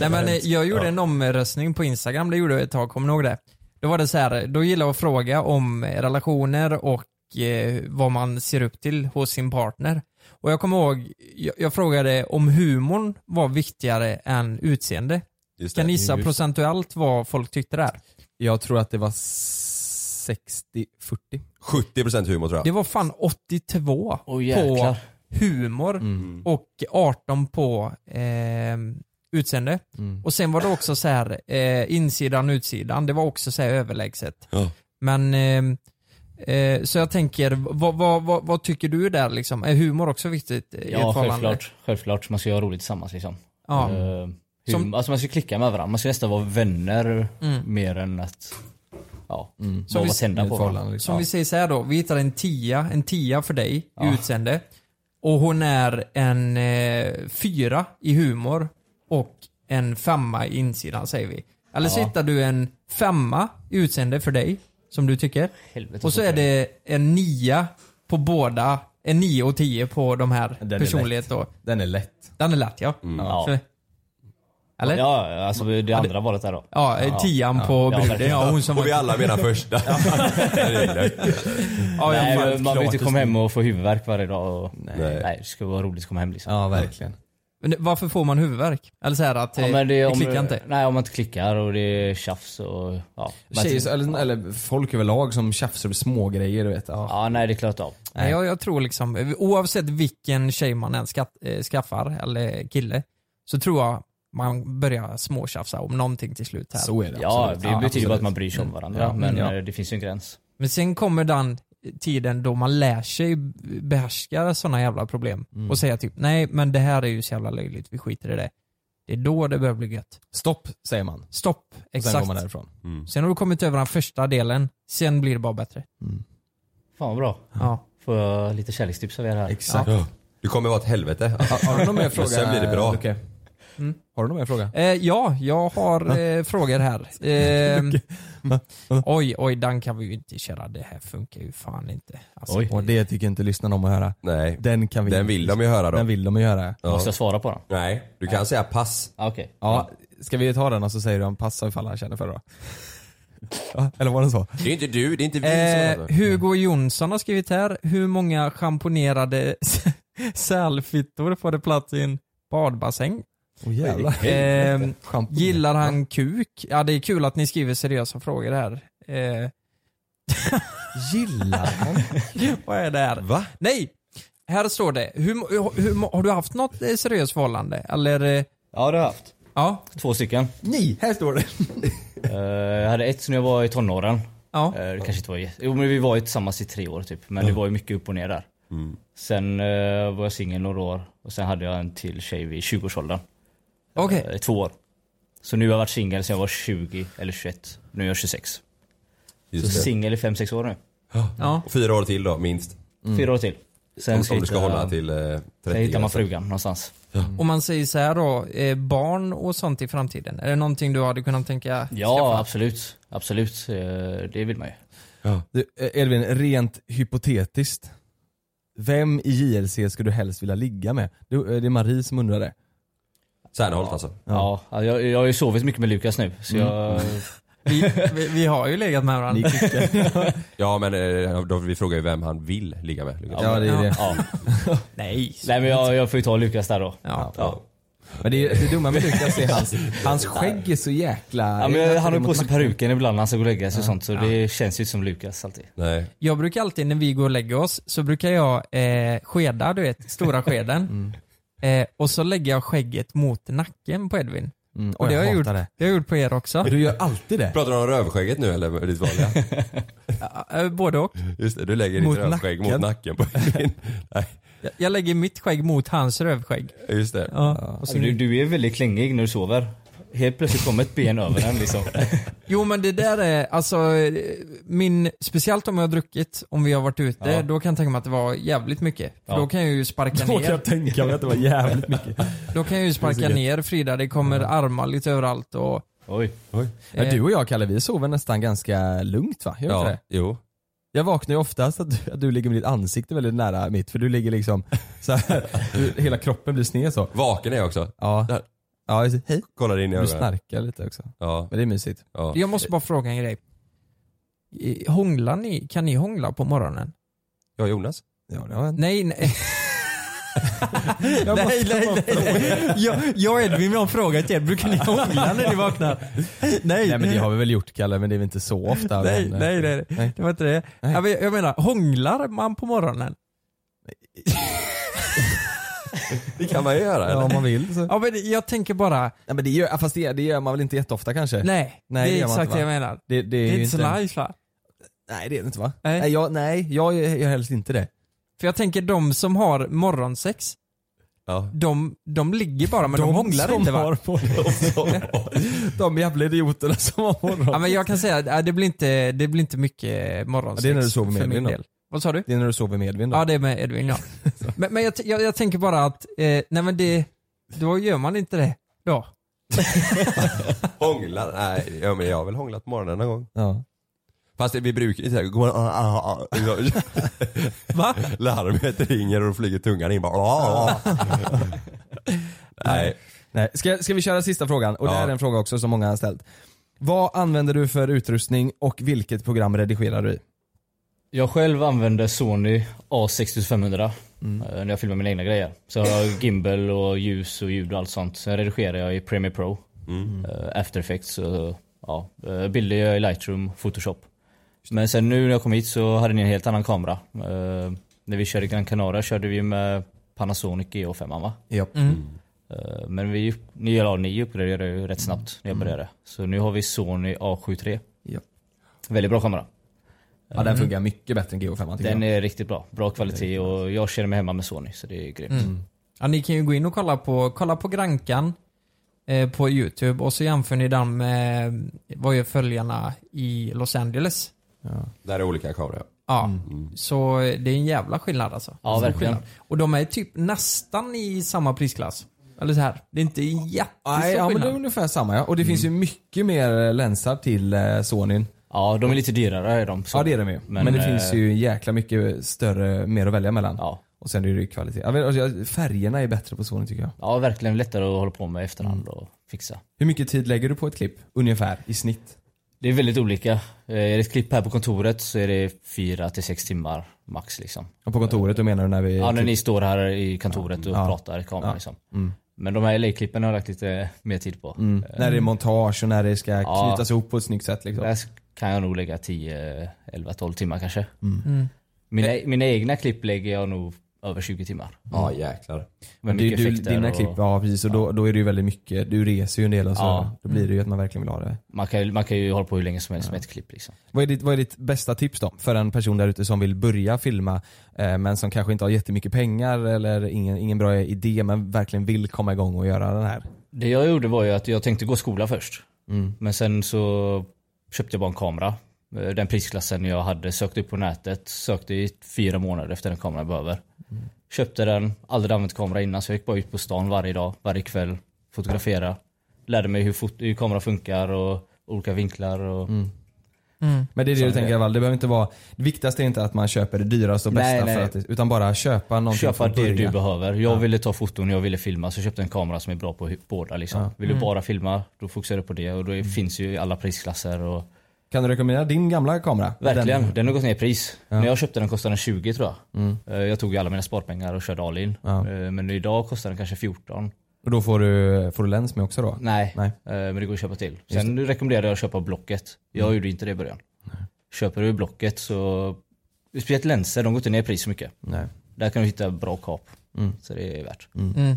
S4: Nej, men, eh, jag gjorde en omröstning på Instagram, det gjorde jag ett tag, kommer ni ihåg det? Då var det så här, då gillar jag att fråga om eh, relationer och eh, vad man ser upp till hos sin partner. Och jag kommer ihåg, jag, jag frågade om humorn var viktigare än utseende.
S6: Just
S4: kan
S5: det.
S4: ni gissa
S5: Just.
S4: procentuellt vad folk tyckte där?
S5: Jag tror att det var 60-40.
S6: 70% humor tror jag.
S4: Det var fan 82 på
S6: jäklar.
S4: humor
S7: Mm.
S4: och 18 på eh, utseende. Och sen var det också så här eh, insidan utsidan, det var också så här överlägset.
S6: Ja.
S4: Men eh, eh, så jag tänker, vad, vad, vad, vad tycker du där liksom? Är humor också viktigt i ett
S7: Ja,
S4: förhållande?
S7: självklart. Självklart. Man ska ju ha roligt tillsammans liksom.
S4: Ja.
S7: Eh, hur,
S4: Som-
S7: Alltså man ska klicka med varandra. Man ska nästan vara vänner
S4: Mm.
S7: mer än att ja,
S4: Som
S7: bara vara
S4: vi- Mm.
S7: tända på varandra. liksom.
S4: Som
S7: ja.
S4: vi säger så här då, vi hittar en tia, en tia för dig i
S7: Ja.
S4: utseende. Och hon är en eh, fyra i humor och en femma i insidan säger vi. Eller så
S7: Ja.
S4: hittar du en femma i utseende för dig, som du tycker.
S7: Helvete,
S4: och så
S7: så
S4: är
S7: bra.
S4: det en nia på båda, en nio och tio på de här
S5: är
S4: personlighet då.
S5: Den är lätt.
S4: Den är lätt ja.
S7: Mm. Ja.
S4: Så- Eller?
S7: Ja, alltså det andra valet där då.
S4: Ja, eh, tian på bruden.
S7: verkligen.
S4: Ja, hon som
S6: Och vi alla menar första.
S4: Ja, ja,
S7: Nej,
S4: fan,
S7: man vill
S4: klart
S7: inte
S4: det
S7: komma
S4: ska-
S7: hem och få huvudvärk varje dag. Och, nej. det ska vara roligt att komma hem liksom.
S5: Ja, verkligen.
S4: Men det- varför får man huvudvärk? Eller så här att
S7: Ja,
S4: eh,
S7: men det,
S4: det
S7: om,
S4: klickar inte?
S7: Nej, om man inte klickar och det är tjafs och ja. Man-
S5: Tjejer, eller, eller folk överlag som tjafsar över smågrejer du vet. Ja.
S7: Ja, nej det är klart av.
S4: Nej, jag, jag tror liksom, eh, oavsett vilken tjej man än skatt, eh, skaffar, eller kille, så tror jag
S5: man börjar småtjafsa om någonting till slut. Här.
S7: Så är det, Ja, absolut. det betyder bara att man bryr sig om varandra, men, eh, det finns ju en gräns.
S5: Men sen kommer den tiden då man lär sig behärska sådana jävla problem
S4: Mm.
S5: och säga typ nej men det här är ju så jävla löjligt, vi skiter i det. Det är då det börjar bli gött.
S4: Stopp säger man.
S5: Stopp, exakt.
S4: Sen går man därifrån. Mm.
S5: Sen har du kommit över den första delen, sen blir det bara bättre.
S7: Fan vad bra.
S5: Ja.
S7: Får jag lite kärlekstips av er här?
S8: Exakt. Ja. Det kommer vara ett helvete.
S4: Har du någon mer fråga?
S8: Men sen blir det bra.
S4: Lucke?
S5: Mm.
S4: Har du någon mer fråga?
S5: Eh, ja, jag har eh, frågor här. Eh, oj, oj, den kan vi ju inte köra. Det här funkar ju fan inte. Alltså,
S4: Oj. Och det tycker inte lyssnarna om att höra.
S8: Nej.
S4: Den kan vi
S8: Den vill de ju höra då.
S4: Den vill de ju höra.
S8: Ja. Måste jag
S7: svara på den? Ah,
S8: Nej, du kan säga pass.
S7: Okej.
S4: Ja, ska vi ta den och så säger du om passa Alltså, ifall han känner för det då? ja, eller var det så?
S8: Det är inte du, det är inte vi som
S5: Eh,
S8: har
S5: Hugo Jonsson har skrivit här, hur många schamponerade sälfittor får det plats i en badbassäng?
S4: Åh, jävlar.
S5: Ehm, gillar han kuk? Ja det är kul att ni skriver seriösa frågor här. Eh,
S4: gillar han?
S5: Vad är det här?
S8: Va?
S5: Nej! Här står det, hur, må- hur, hur, må- har du haft något eh, seriöst förhållande? Eller? eh,
S7: Ja det har jag haft.
S5: Ja.
S7: Två stycken.
S4: Nej, här står det.
S7: Eh, jag hade ett när jag var i tonåren.
S5: Ja.
S7: Eh, det kanske inte var jätte- Jo men vi var ju tillsammans i tre år typ. Men det var ju mycket upp och ner där. Sen eh, var jag singel några år. Och sen hade jag en till tjej vid 20-årsåldern.
S5: Okej.
S7: Eh, I två år. Så nu har jag varit singel sen jag var 20 eller 21. Nu är jag 26.
S8: Just
S7: så
S8: det.
S7: singel i 5-6 år nu.
S5: Ja.
S8: Fyra år till då, minst.
S4: Mm.
S7: Fyra år till.
S8: Sen om, om du
S7: hitta-
S8: ska hålla till eh, 30
S7: Sen hittar man
S8: alltså.
S7: frugan någonstans.
S5: Mm. Om man säger så här då, eh, barn och sånt i framtiden, är det någonting du hade kunnat tänka
S7: Ja absolut. Absolut. Eh, det vill man ju.
S4: Du, eh, Edvin, rent hypotetiskt. Vem i JLC skulle du helst vilja ligga med? Du, eh, Det är Marie som undrar det.
S8: Särnholt alltså.
S7: Ja, jag, jag har ju sovit mycket med Lukas nu så
S4: Mm.
S7: jag...
S5: Vi, vi, vi har ju legat med varandra.
S8: Ja men eh, då, vi frågar ju vem han vill ligga med. Lukas.
S4: Ja, det är det.
S7: Ja.
S5: Nej.
S7: Nej men jag, jag får ju ta Lukas där då.
S5: Ja.
S7: Ja.
S4: Men det, är- det dumma med Lukas är hans, hans skägg är så jäkla...
S7: Ja, men jag, han har ju på sig
S4: Mot nacken.
S7: peruken ibland när han ska gå och lägga sig och sånt så det känns ju inte som Lukas alltid.
S8: Nej.
S5: Jag brukar alltid när vi går och lägger oss så brukar jag eh, skeda, du vet, stora skeden. Eh, och så lägger jag skägget mot nacken på Edvin.
S4: Mm,
S5: Och det har jag, gjort,
S4: hatar det.
S5: det har jag gjort på er också.
S4: Du gör alltid det.
S8: Pratar du om rövskägget nu eller ditt vanliga?
S5: Eh, både och.
S8: Just det, du lägger
S4: Mot
S8: ditt rövskägg
S4: nacken.
S8: mot nacken på din. Nej,
S5: Jag, jag lägger mitt skägg mot hans rövskägg.
S8: just det.
S5: Ja. Och
S7: Alltså,
S5: så,
S7: du, du är väldigt klängig när du sover. Helt plötsligt kommer ett ben över den liksom.
S5: jo men det där är, alltså, eh, min, speciellt om jag har druckit, om vi har varit ute,
S7: Ja.
S5: då kan jag tänka mig att det var jävligt mycket. För
S7: Ja.
S5: Då kan jag ju sparka
S4: Då kan
S5: ner.
S4: jag tänka mig att det var jävligt mycket.
S5: Då kan jag ju
S4: Det
S5: sparka
S4: är så
S5: ner Frida, det kommer armar lite överallt och Eh.
S7: Oj.
S4: Ja, du och jag Kalle, vi sover nästan ganska lugnt va? Gör vi inte
S8: Ja,
S4: det?
S8: jo.
S4: Jag vaknar ju oftast att du, att du ligger med ditt ansikte väldigt nära mitt för du ligger liksom så här, du, hela kroppen blir sned så.
S8: Vaken är jag också.
S4: Ja.
S8: Där.
S4: Ja, jag säger, hej.
S8: Kollar in i
S4: Du
S8: ögonen.
S4: snarkar lite också.
S8: Ja,
S4: Men det är mysigt.
S8: ja.
S5: Jag måste bara fråga en grej. Eh, Hånglar ni, kan ni hångla på morgonen?
S8: Jag och Jonas.
S4: Ja, det var
S5: Nej, nej.
S4: Jag måste
S5: nej, nej,
S4: bara
S5: nej. Jag, jag och Edvin har frågat er, brukar ni hångla när ni vaknar? Nej,
S4: Nej men det har vi väl gjort Kalle, men det är väl inte så ofta.
S5: nej,
S4: men, eh,
S5: nej, nej, nej.
S4: nej.
S5: Det var inte det.
S4: Nej.
S5: Jag, men- jag menar, hånglar man på morgonen?
S8: Det kan man ju göra
S4: Ja,
S8: eller?
S4: om man vill så.
S5: Ja, men jag tänker bara,
S4: Nej, men det gör, fast det, det gör man väl inte jätteofta kanske?
S5: nej.
S4: Nej,
S5: det
S4: det
S5: är
S4: gör man
S5: exakt
S4: inte,
S5: det jag
S4: va?
S5: menar.
S4: Det, det
S5: Det
S4: är,
S5: är
S4: ju
S5: inte så
S4: inte...
S5: nice va?
S4: Nej det är det inte va?
S5: Nej.
S4: Nej, jag, nej, jag gör helst inte det.
S5: För jag tänker de som har morgonsex,
S8: Ja.
S5: de, de ligger bara men de, hånglar inte va?
S4: De jävla idioterna som har
S5: Ja,
S4: morgon.
S5: men jag kan säga att äh, det blir inte, det blir inte mycket eh, morgonsex
S4: Ja, det är när du sover med
S5: för min
S4: Edvin då.
S5: del. Vad sa du?
S4: Det är när du sover med Edvin då?
S5: Ja det är med Edvin ja. men men jag, t- jag, jag tänker bara att, eh, nej men det, då gör man inte det då.
S8: Hånglar? Nej, ja, men jag har väl hånglat på morgonen någon gång.
S4: Ja.
S8: Fast vi brukar ju såhär, god morgon, ah, ah, ah. Så-
S5: Va?
S8: Larmet ringer och då flyger tungan in bara. ah, ah. Nej,
S4: Nej. Ska, ska vi köra sista frågan? Och det här
S8: Ja.
S4: är en fråga också som många har ställt. Vad använder du för utrustning och vilket program redigerar du i?
S7: Jag själv använder Sony A6500 eh, när jag filmar mina egna grejer. Så jag har gimbal och ljus och ljud och allt sånt. Sen redigerar jag i Premiere Pro, eh, After Effects och ja, eh, bilder gör jag i Lightroom, Photoshop. Men sen nu när jag kom hit så hade ni en helt annan kamera. Eh, När vi körde i Gran Canaria körde vi med Panasonic GH5 E va?
S4: Ja.
S5: Mm.
S4: Eh, Men vi, upp- ni, eller, ja, ni uppgraderade ju rätt snabbt
S7: Mm.
S4: när jag började. Så nu har vi Sony A73.
S5: Ja.
S4: Väldigt bra kamera.
S5: Ja, den funkar mycket bättre än GH5 tycker
S4: Den
S5: jag.
S4: är riktigt bra. Bra kvalitet och jag känner mig hemma med Sony så det är grymt.
S9: Mm. Ja, ni kan ju gå in och kolla på, kolla på Grankan eh, på YouTube och så jämför ni den med vad gör följarna i Los Angeles.
S10: Där är olika kameror.
S9: Ja,
S5: Mm.
S9: så eh, det är en jävla skillnad alltså.
S10: Ja,
S9: Stor
S10: verkligen.
S9: skillnad. Och de är typ nästan i samma prisklass. Eller så här. Det är inte en jättestor
S5: Nej, ja, men
S9: skillnad.
S5: det är ungefär samma ja. Och det finns ju mycket mer eh, länsar till eh, Sonyn.
S4: Mm. Ja, de är lite dyrare är de.
S5: Ja det är de ju. Men,
S4: Men,
S5: det
S4: eh,
S5: finns ju jäkla mycket större, mer att välja mellan. Och sen är det ju kvalitet. Ja, men, alltså, jag- Färgerna är bättre på Sony tycker jag.
S4: Ja, verkligen lättare att hålla på med i efterhand och fixa.
S5: Hur mycket tid lägger du på ett klipp? Ungefär, i snitt?
S4: Det är väldigt olika. Eh, Är det ett klipp här på kontoret så är det fyra till sex timmar max liksom.
S5: Ja, på kontoret, då menar du när vi...
S4: Ja, när ni står här i kontoret och
S5: typ- Ja.
S4: pratar i kameran
S5: Ja.
S4: liksom.
S5: Mm.
S4: Men de här LA-klippen har jag lagt lite mer tid på.
S5: Mm.
S4: Eh,
S5: När det är montage och när det ska
S4: Ja.
S5: knytas ihop på ett snyggt sätt liksom.
S4: Där kan jag nog lägga 10, 11, 12 timmar kanske.
S5: Mm.
S10: Mm.
S4: Mina, mina egna klipp lägger jag nog över 20 timmar.
S10: Ja jäklar.
S4: Med
S5: du,
S4: mycket
S5: du,
S4: effekter
S5: dina
S4: och-
S5: klipp, ja precis. Och då, då är det ju väldigt mycket, du reser ju en del och så.
S4: Ja.
S5: Då blir det ju att man verkligen vill ha det.
S4: Man kan, ju- man kan ju hålla på hur länge som helst med ett klipp liksom.
S5: Vad är, ditt, vad är ditt bästa tips då? För en person där ute som vill börja filma eh, men som kanske inte har jättemycket pengar eller ingen, ingen bra idé men verkligen vill komma igång och göra den här.
S4: Det jag gjorde var ju att jag tänkte gå skola först.
S5: Mm.
S4: Men sen så köpte jag bara en kamera. Eh, Den prisklassen jag hade sökt upp på nätet. Sökte i fyra månader efter den kameran jag behöver.
S5: Mm.
S4: Köpte den, aldrig använt kamera innan så jag gick bara ut på stan varje dag, varje kväll. Fotografera. Lärde mig hur, fot- hur kamera funkar och olika vinklar. Och...
S5: Mm. Men det är det du
S4: Som
S5: tänker
S4: det-
S5: Val, det behöver inte vara, det viktigaste är inte att man köper det dyraste och
S4: Nej,
S5: bästa
S4: nej.
S5: För att, det- utan bara köpa någonting
S4: Köpa
S5: från
S4: det du
S5: början.
S4: behöver. Jag ville ta foton, jag ville filma så jag köpte en kamera som är bra på hu- båda. Liksom.
S5: Ja.
S4: Vill du
S5: Mm.
S4: bara filma, då fokuserar du på det. Och då är, finns ju i alla prisklasser. Och...
S5: Kan du rekommendera din gamla kamera?
S4: Verkligen, den,
S5: Den,
S4: har gått ner i pris.
S5: Ja.
S4: När jag köpte den kostade den 20 tror jag.
S5: Mm.
S4: Eh, Jag tog ju alla mina sparpengar och körde all in.
S5: Ja.
S4: Eh, Men idag kostar den kanske 14.
S5: och då får du, får du lens med också då?
S4: Nej,
S5: Nej.
S4: eh, men det går att köpa till.
S5: Just
S4: Sen rekommenderar jag att köpa blocket. Jag
S5: Mm.
S4: gjorde inte det i början. Köper du blocket så, speciellt lenser, de går inte ner i pris så mycket.
S5: Nej.
S4: Där kan du hitta bra kap.
S5: Mm.
S4: Så det är värt.
S5: Mm.
S9: Mm.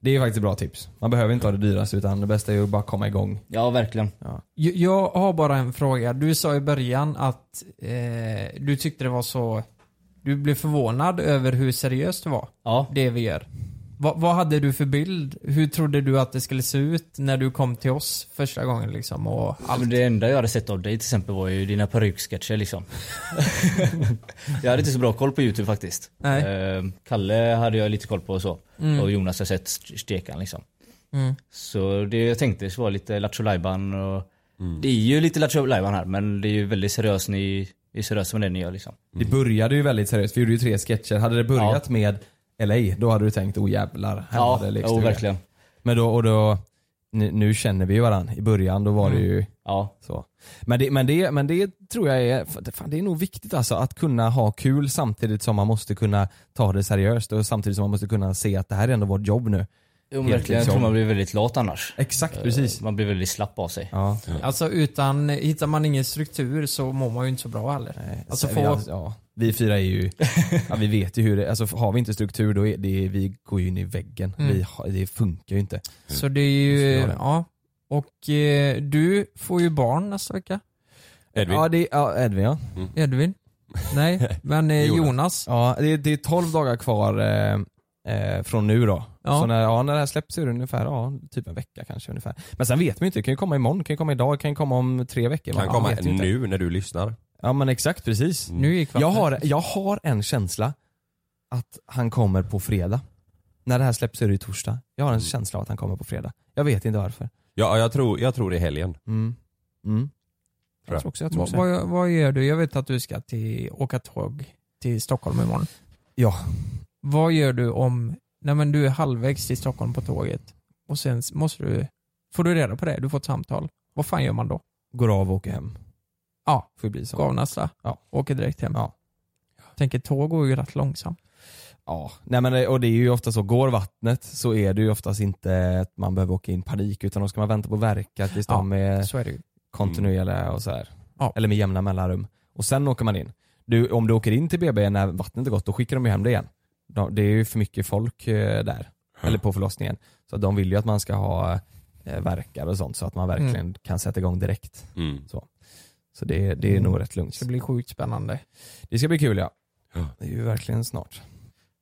S5: Det är faktiskt ett bra tips. Man behöver inte ha det dyraste utan det bästa är ju att bara komma igång.
S4: Ja, verkligen.
S5: Ja.
S9: Jag- Jag har bara en fråga. Du sa i början att eh, du tyckte det var så... Du blev förvånad över hur seriöst det var.
S4: Ja.
S9: Det vi gör. Va, vad hade du för bild? Hur trodde du att det skulle se ut när du kom till oss första gången liksom? Och allt?
S4: Men Det enda jag hade sett av dig till exempel var ju dina peruksketcher liksom. jag hade inte så bra koll på YouTube faktiskt.
S9: Nej.
S4: Eh, Kalle hade jag lite koll på och så.
S9: Mm.
S4: Och Jonas har sett st- stekan liksom.
S9: Mm.
S4: Så det jag tänkte så var lite Lattjo Lajban och Det är ju lite Lattjo Lajban här men det är ju väldigt seriöst ni är seriösa med det ni gör liksom.
S5: Det började ju väldigt seriöst, vi gjorde ju tre sketcher. Hade det börjat med LA, då hade du tänkt oh jävlar, här
S4: Ja,
S5: var det lekstuga.
S4: jo, verkligen.
S5: Men då, och då, nu, nu känner vi ju varandra. I början då var det
S9: Mm.
S5: ju
S4: ja.
S5: så. Men det, men, det, men det tror jag är, fan, det- fan, det är nog viktigt alltså att kunna ha kul samtidigt som man måste kunna ta det seriöst och samtidigt som man måste kunna se att det här är ändå vårt jobb nu.
S4: Jo men
S5: Helt
S4: verkligen, jag
S5: liksom.
S4: tror man blir väldigt lat annars.
S5: Exakt,
S4: Eh,
S5: precis.
S4: Man blir väldigt slapp av sig.
S5: Ja.
S9: Alltså utan, hittar man ingen struktur så mår man ju inte så bra heller. alltså
S5: Eh, Så
S9: få...
S5: vi, har- ja, vi fyra är ju, ja, vi vet ju hur det, alltså har vi inte struktur då är det, vi går ju in i väggen.
S9: Mm.
S5: Vi, har- det funkar ju inte.
S9: Så det är ju,
S5: Måste göra det.
S9: ja. Och eh, du får ju barn nästa vecka.
S10: Edvin.
S5: Ja, det, ja Edvin ja.
S9: Edvin? Nej, men eh,
S5: Jonas.
S9: Jonas.
S5: Ja, det, det är 12 dagar kvar eh, eh, från nu då.
S9: Ja.
S5: Så när, ja, när det här släpps är det ungefär ja, typ en vecka kanske. ungefär. Men sen vet man ju inte, det kan ju komma imorgon, kan ju komma idag, kan ju komma om tre veckor.
S10: Kan
S5: man
S10: komma
S5: vet ju inte.
S10: nu när du lyssnar.
S5: Ja men exakt, precis.
S11: Mm.
S9: Nu gick
S5: Jag
S9: vattnet.
S5: har, jag har en känsla att han kommer på fredag. När det här släpps är det ju torsdag. Jag
S11: Mm.
S5: har en känsla av att han kommer på fredag. Jag vet inte varför.
S10: Ja, jag tror, jag tror det är helgen.
S5: Mm. Mm.
S10: Tror
S5: Jag tror också, jag tror också.
S9: Vad, vad gör du? Jag vet att du ska till, åka tåg till Stockholm imorgon.
S5: Ja.
S9: Vad gör du om, nej men du är halvvägs till Stockholm på tåget och sen s- måste du, får du reda på det, du får ett samtal. Vad fan gör man då?
S5: Går av och åker hem.
S9: Ja,
S5: Får ju bli så.
S9: gavnasta.
S5: Ja.
S9: Åker direkt hem.
S5: Ja.
S9: Tänker tåg går ju rätt långsamt.
S5: Ja, nej men det- och det är ju ofta så, går vattnet så är det ju oftast inte att man behöver åka in i panik utan då ska man vänta på verkat tills
S9: Ja,
S5: de är
S9: Så är det ju.
S5: kontinuerliga och så här.
S9: Ja.
S5: Eller med jämna mellanrum. Och sen åker man in. Du, om du åker in till BB när vattnet är gått, då skickar de ju hem det igen. De- Det är ju för mycket folk eh, där. eller på förlossningen. Så de vill ju att man ska ha eh, verkar och sånt så att man verkligen
S12: Mm.
S5: kan sätta igång direkt.
S11: Mm.
S5: Så, så det, det är
S12: Mm.
S5: nog rätt lugnt.
S12: Det blir sjukt spännande.
S5: Det ska bli kul ja. Det är ju verkligen snart.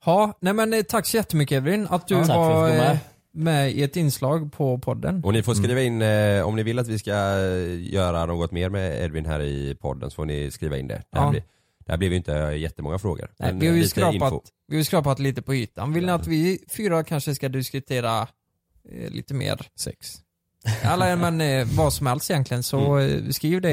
S12: Ja, nej men eh, tack så jättemycket Evrin att du
S11: Ja, tack för att
S12: var
S11: du kom med.
S12: eh, med i ett inslag på podden. Mm.
S11: Och ni får skriva in, eh, om ni vill att vi ska eh, göra något mer med Edvin här i podden så får ni skriva in det. Det här,
S12: Ja.
S11: blir, det här blev ju inte jättemånga frågor.
S12: Nej,
S11: men eh,
S12: vi, har ju
S11: lite info.
S12: skrapat, vi har ju skrapat lite på ytan. Vill ni att vi fyra kanske ska diskutera eh, lite mer?
S5: Sex.
S12: Alla, men eh, vad som helst egentligen, så eh, skriv det.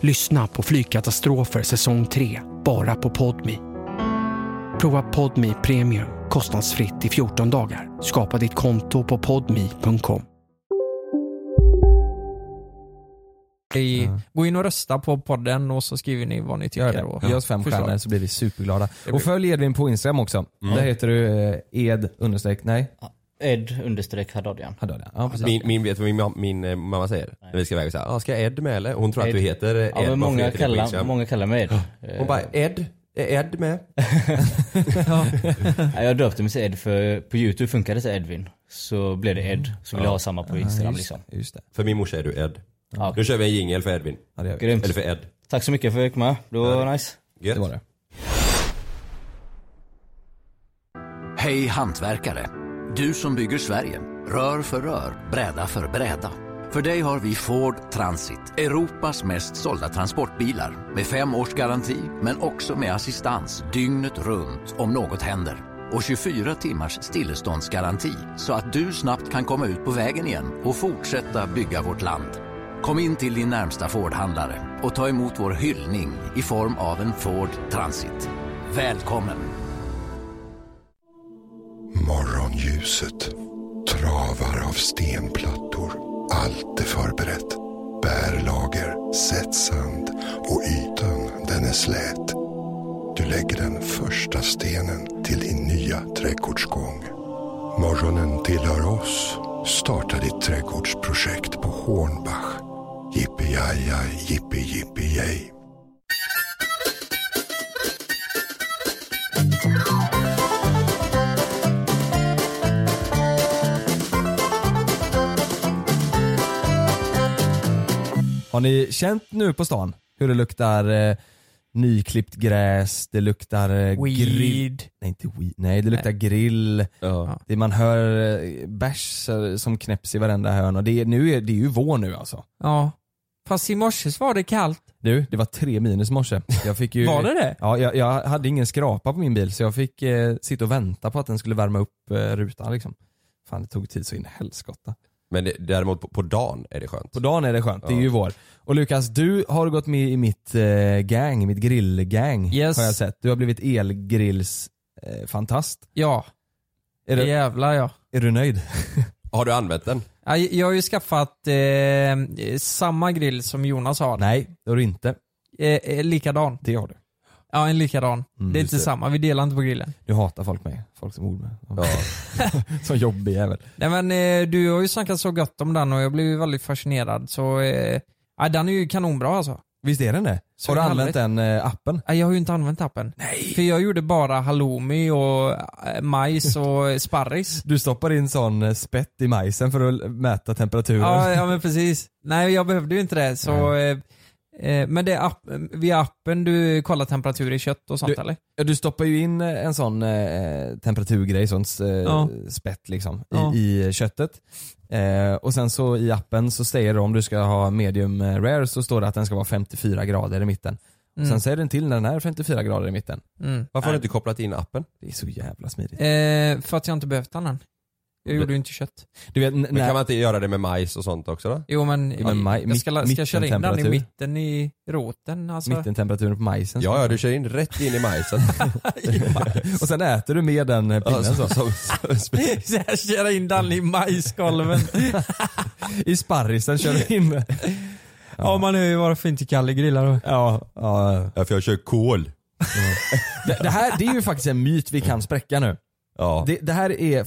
S13: Lyssna på Flygkatastrofer säsong 3, bara på Podmi. Prova Podmi Premium kostnadsfritt i 14 dagar. Skapa ditt konto på podmi.com.
S12: I, Gå in och rösta på podden och så skriver ni vad ni
S5: Gör
S12: tycker.
S5: det.
S12: Och
S5: Ge oss fem
S12: förslag.
S5: stjärnor så blir vi superglada.
S12: Det blir-
S5: Och följ Edvin på Instagram också.
S11: Mm.
S5: Där heter du eh, Ed understreck, nej?
S4: Ed understreck Haddadian.
S5: Haddadian.
S11: min, min, vet du vad min, mam- min eh, mamma säger? När vi ska iväg och säga, ah, ska Ed med eller? Hon tror att du
S4: Ed.
S11: heter eh, Ed.
S4: Ja, men
S11: varför
S4: många
S11: heter du på
S4: kallar-
S11: Instagram?
S4: många kallar mig Ed. Eh.
S11: Hon bara, Ed? Är Ed med?
S4: Nej, jag döpte mig till Ed för på youtube funkade det till Edvin. Så blev det Ed. Så ville jag ha samma på Instagram liksom.
S5: Just det.
S11: För min morsa är du Ed. Nu kör vi en jingel för Edvin.
S4: Grymt.
S11: Eller för Ed.
S4: Tack så mycket för att jag fick med. Det var nice.
S11: Gött.
S5: var det.
S7: Hej hantverkare! Du som bygger Sverige. Rör för rör, bräda för bräda. För dig har vi Ford Transit, Europas mest sålda transportbilar. Med fem års garanti, men också med assistans dygnet runt om något händer. Och 24 timmars stilleståndsgaranti, så att du snabbt kan komma ut på vägen igen och fortsätta bygga vårt land. Kom in till din närmsta Ford-handlare och ta emot vår hyllning i form av en Ford Transit. Välkommen!
S9: Morgonljuset. Travar av stenplattor. Allt är förberett. Bärlager, sätt sand och ytan den är slät. Du lägger den första stenen till din nya trädgårdsgång. Morgonen tillhör oss. Starta ditt trädgårdsprojekt på Hornbach. Jippi-jaja, jippi-jippi-jej.
S5: Har ni känt nu på stan hur det luktar eh, nyklippt gräs, det luktar eh,
S12: Weed.
S5: grill... Nej inte weed, nej det luktar grill. Det, man hör eh, bärs eh, som knäpps i varenda hörn och det, är- nu är, det är ju vår nu alltså.
S12: Ja. Fast i morse så var det kallt.
S5: Du, det var tre minus i morse. Jag fick ju,
S12: Var det det?
S5: Ja, jag, jag hade ingen skrapa på min bil så jag fick eh, sitta och vänta på att den skulle värma upp eh, rutan liksom. Fan det tog tid så in i helskotta.
S11: Men det, däremot på, på dagen är det skönt.
S5: På dagen är det skönt, det är
S11: Ja.
S5: ju vår. Och Lukas, du har gått med i mitt eh, gang, mitt grillgang
S12: Yes.
S5: har jag sett. Du har blivit elgrills eh, fantast.
S12: Ja.
S5: Är du,
S12: Jävlar ja.
S5: är du nöjd?
S11: har du använt den?
S12: Ja, Jag har ju skaffat eh, samma grill som Jonas har.
S5: Nej, det har du inte.
S12: Eh, eh, likadan.
S5: Det har du. Mm,
S14: Ja, en likadan. det är inte samma, vi delar inte på grillen.
S5: Nu hatar folk mig. Folk som ord. Ja. som jobbig jävel.
S14: Nej men eh, du har ju snackat så gott om den och jag blev ju väldigt fascinerad så, eh, ja, den är ju kanonbra alltså.
S5: Visst är den det?
S14: Så
S5: har du
S14: jävla
S5: använt
S14: rätt.
S5: den eh, appen?
S14: Nej jag har ju inte använt appen. Nej. För jag gjorde bara halloumi och eh, majs och sparris.
S5: Du stoppar in sån eh, spett i majsen för att l- mäta temperaturen.
S14: Ja, ja men precis. Nej jag behövde ju inte det så eh, eh, men det är app, via appen du kollar temperatur i kött och sånt
S5: du,
S14: eller?
S5: Ja, du stoppar ju in eh, en sån eh, temperaturgrej, sån eh,
S14: Ja.
S5: spett liksom, i,
S14: Ja.
S5: i köttet. Eh, och sen så i appen så säger det om du ska ha medium eh, rare så står det att den ska vara 54 grader i mitten.
S14: Mm.
S5: Och sen säger den till när den är 54 grader i mitten.
S14: Mm.
S4: Varför har du inte kopplat in appen?
S5: Det är så jävla smidigt.
S14: Eh, för att jag inte behövt den än. Jag gjorde ju inte kött.
S5: Du vet, n-
S4: Men kan man inte göra det med majs och sånt också då?
S14: Jo men,
S4: Jo, men maj-
S14: jag ska, la- ska jag köra in den i
S4: mittentemperatur?
S14: mitten i roten alltså?
S5: Mittentemperaturen på majsen.
S4: Ja, ja du kör in rätt in i majsen.
S5: och sen äter du med den eh, pinnen
S4: Ja, så-
S5: så.
S14: Så jag kör in den i majskolven.
S5: I sparrisen kör du in. ja.
S14: man hör ju varför inte Kalle grillar då.
S5: Ja, ja.
S4: ja för jag kör kol.
S5: det, det här det är ju faktiskt en myt vi kan spräcka nu.
S4: Ja.
S5: Det, det här är,